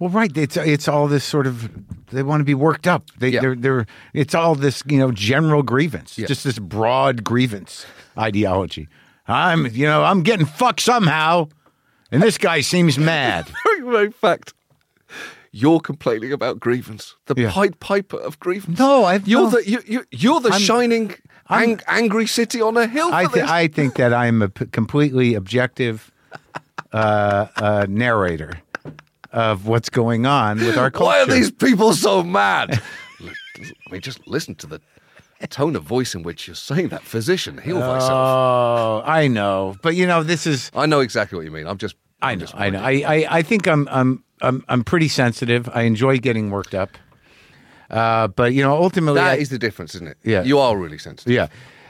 Speaker 1: Well, right. It's it's all this sort of they want to be worked up. They
Speaker 3: Yeah.
Speaker 1: they're, they're it's all this you know general grievance,
Speaker 3: Yeah.
Speaker 1: just this broad grievance ideology. I'm you know I'm getting fucked somehow, and this guy seems mad.
Speaker 3: Very, very fact. You're complaining about grievance, the
Speaker 1: Yeah.
Speaker 3: Pied Piper of grievance.
Speaker 1: No, I've-
Speaker 3: you're
Speaker 1: no.
Speaker 3: the you, you, you're the
Speaker 1: I'm-
Speaker 3: shining ang- angry city on a hill. For
Speaker 1: I th-
Speaker 3: this.
Speaker 1: I think that I'm a p- completely objective uh, uh, narrator of what's going on with our culture.
Speaker 3: Why are these people so mad? Look, I mean, just listen to the tone of voice in which you're saying that. Physician, heal thyself.
Speaker 1: Oh, I know, but you know this is
Speaker 3: I know exactly what you mean. I'm just.
Speaker 1: Uh, I know. I know. I, I, I think I'm I'm I'm I'm pretty sensitive. I enjoy getting worked up. Uh, but you know, ultimately, I,
Speaker 3: That is the difference, isn't it?
Speaker 1: Yeah.
Speaker 3: You are really sensitive.
Speaker 1: yeah.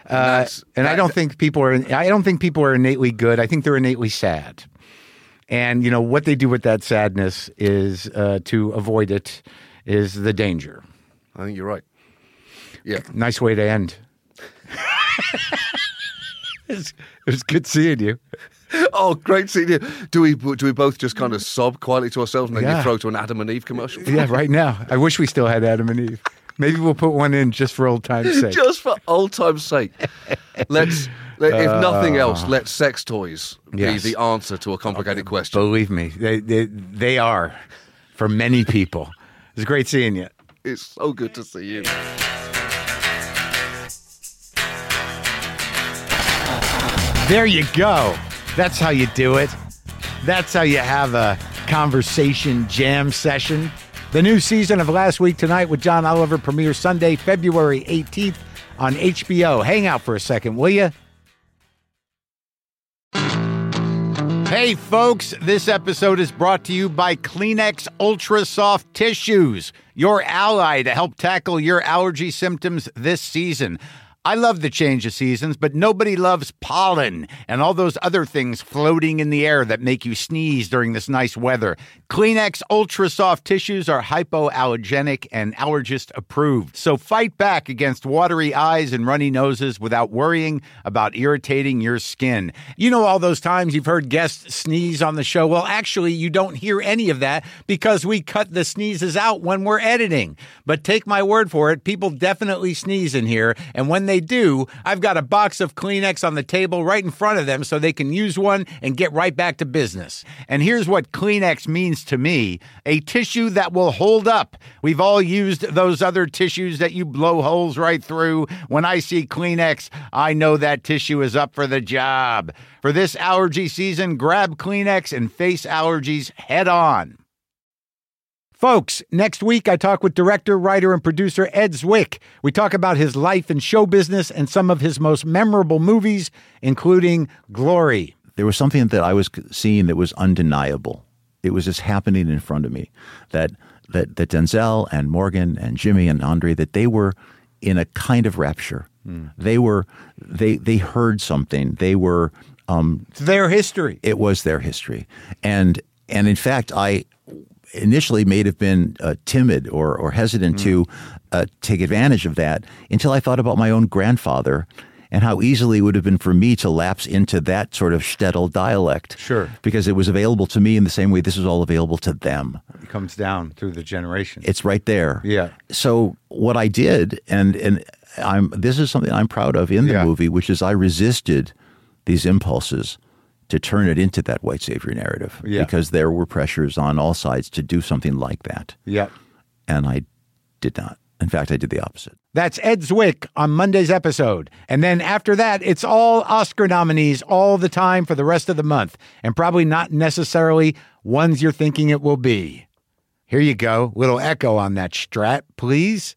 Speaker 1: Uh,
Speaker 3: That's-
Speaker 1: and I
Speaker 3: that-
Speaker 1: don't think people are. I don't think people are innately good. I think they're innately sad. And you know what they do with that sadness is uh, to avoid it is the danger.
Speaker 3: I think you're right. Yeah.
Speaker 1: Nice way to end. it was good seeing you.
Speaker 3: Oh, great seeing you. Do we do we both just kind of sob quietly to ourselves and then
Speaker 1: Mm. Yeah.
Speaker 3: you throw to an Adam and Eve commercial?
Speaker 1: Yeah, right now. I wish we still had Adam and Eve. Maybe we'll put one in just for old time's sake.
Speaker 3: just for old time's sake. Let's, let, if nothing else, let sex toys
Speaker 1: Uh. Yes.
Speaker 3: be the answer to a complicated question.
Speaker 1: Believe me, they, they they are for many people. It's great seeing you.
Speaker 3: It's so good to see you.
Speaker 1: There you go. That's how you do it. That's how you have a conversation jam session. The new season of Last Week Tonight with John Oliver premieres Sunday, February 18th on HBO. Hang out for a second, will you? Hey, folks, this episode is brought to you by Kleenex Ultra Soft Tissues, your ally to help tackle your allergy symptoms this season. I love the change of seasons, but nobody loves pollen and all those other things floating in the air that make you sneeze during this nice weather. Kleenex Ultra Soft Tissues are hypoallergenic and allergist approved. So fight back against watery eyes and runny noses without worrying about irritating your skin. You know, all those times you've heard guests sneeze on the show. Well, actually, you don't hear any of that because we cut the sneezes out when we're editing. But take my word for it, people definitely sneeze in here. And when they do, I've got a box of Kleenex on the table right in front of them so they can use one and get right back to business. And here's what Kleenex means to me a tissue that will hold up. We've all used those other tissues that you blow holes right through. When I see Kleenex, I know that tissue is up for the job. For this allergy season, grab Kleenex and face allergies head on. Folks, next week I talk with director, writer, and producer Ed Zwick. We talk about his life in show business and some of his most memorable movies, including Glory.
Speaker 4: there was something that I was c- seeing that was undeniable. It was just happening in front of me that that that Denzel and Morgan and Jimmy and Andre that they were in a kind of rapture.
Speaker 1: Hmm.
Speaker 4: They were they they heard something. They were um,
Speaker 1: It's their history.
Speaker 4: it was their history, and and in fact, I initially may have been uh, timid or or
Speaker 1: Hmm.
Speaker 4: hesitant to uh, take advantage of that until I thought about my own grandfather and how easily it would have been for me to lapse into that sort of shtetl dialect.
Speaker 1: Sure.
Speaker 4: because it was available to me in the same way this was all available to them.
Speaker 1: It comes down through the generation.
Speaker 4: It's right there.
Speaker 1: Yeah.
Speaker 4: So what I did, and and I'm this is something I'm proud of in the
Speaker 1: Yeah.
Speaker 4: movie, which is I resisted these impulses to turn it into that white savior narrative
Speaker 1: Yeah.
Speaker 4: because there were pressures on all sides to do something like that,
Speaker 1: yep.
Speaker 4: and I did not. In fact, I did the opposite.
Speaker 1: That's Ed Zwick on Monday's episode. And then after that, it's all Oscar nominees all the time for the rest of the month, and probably not necessarily ones you're thinking it will be. Here you go. Little echo on that strat, please.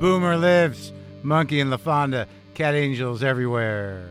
Speaker 1: Boomer lives. Monkey and LaFonda Cat angels everywhere.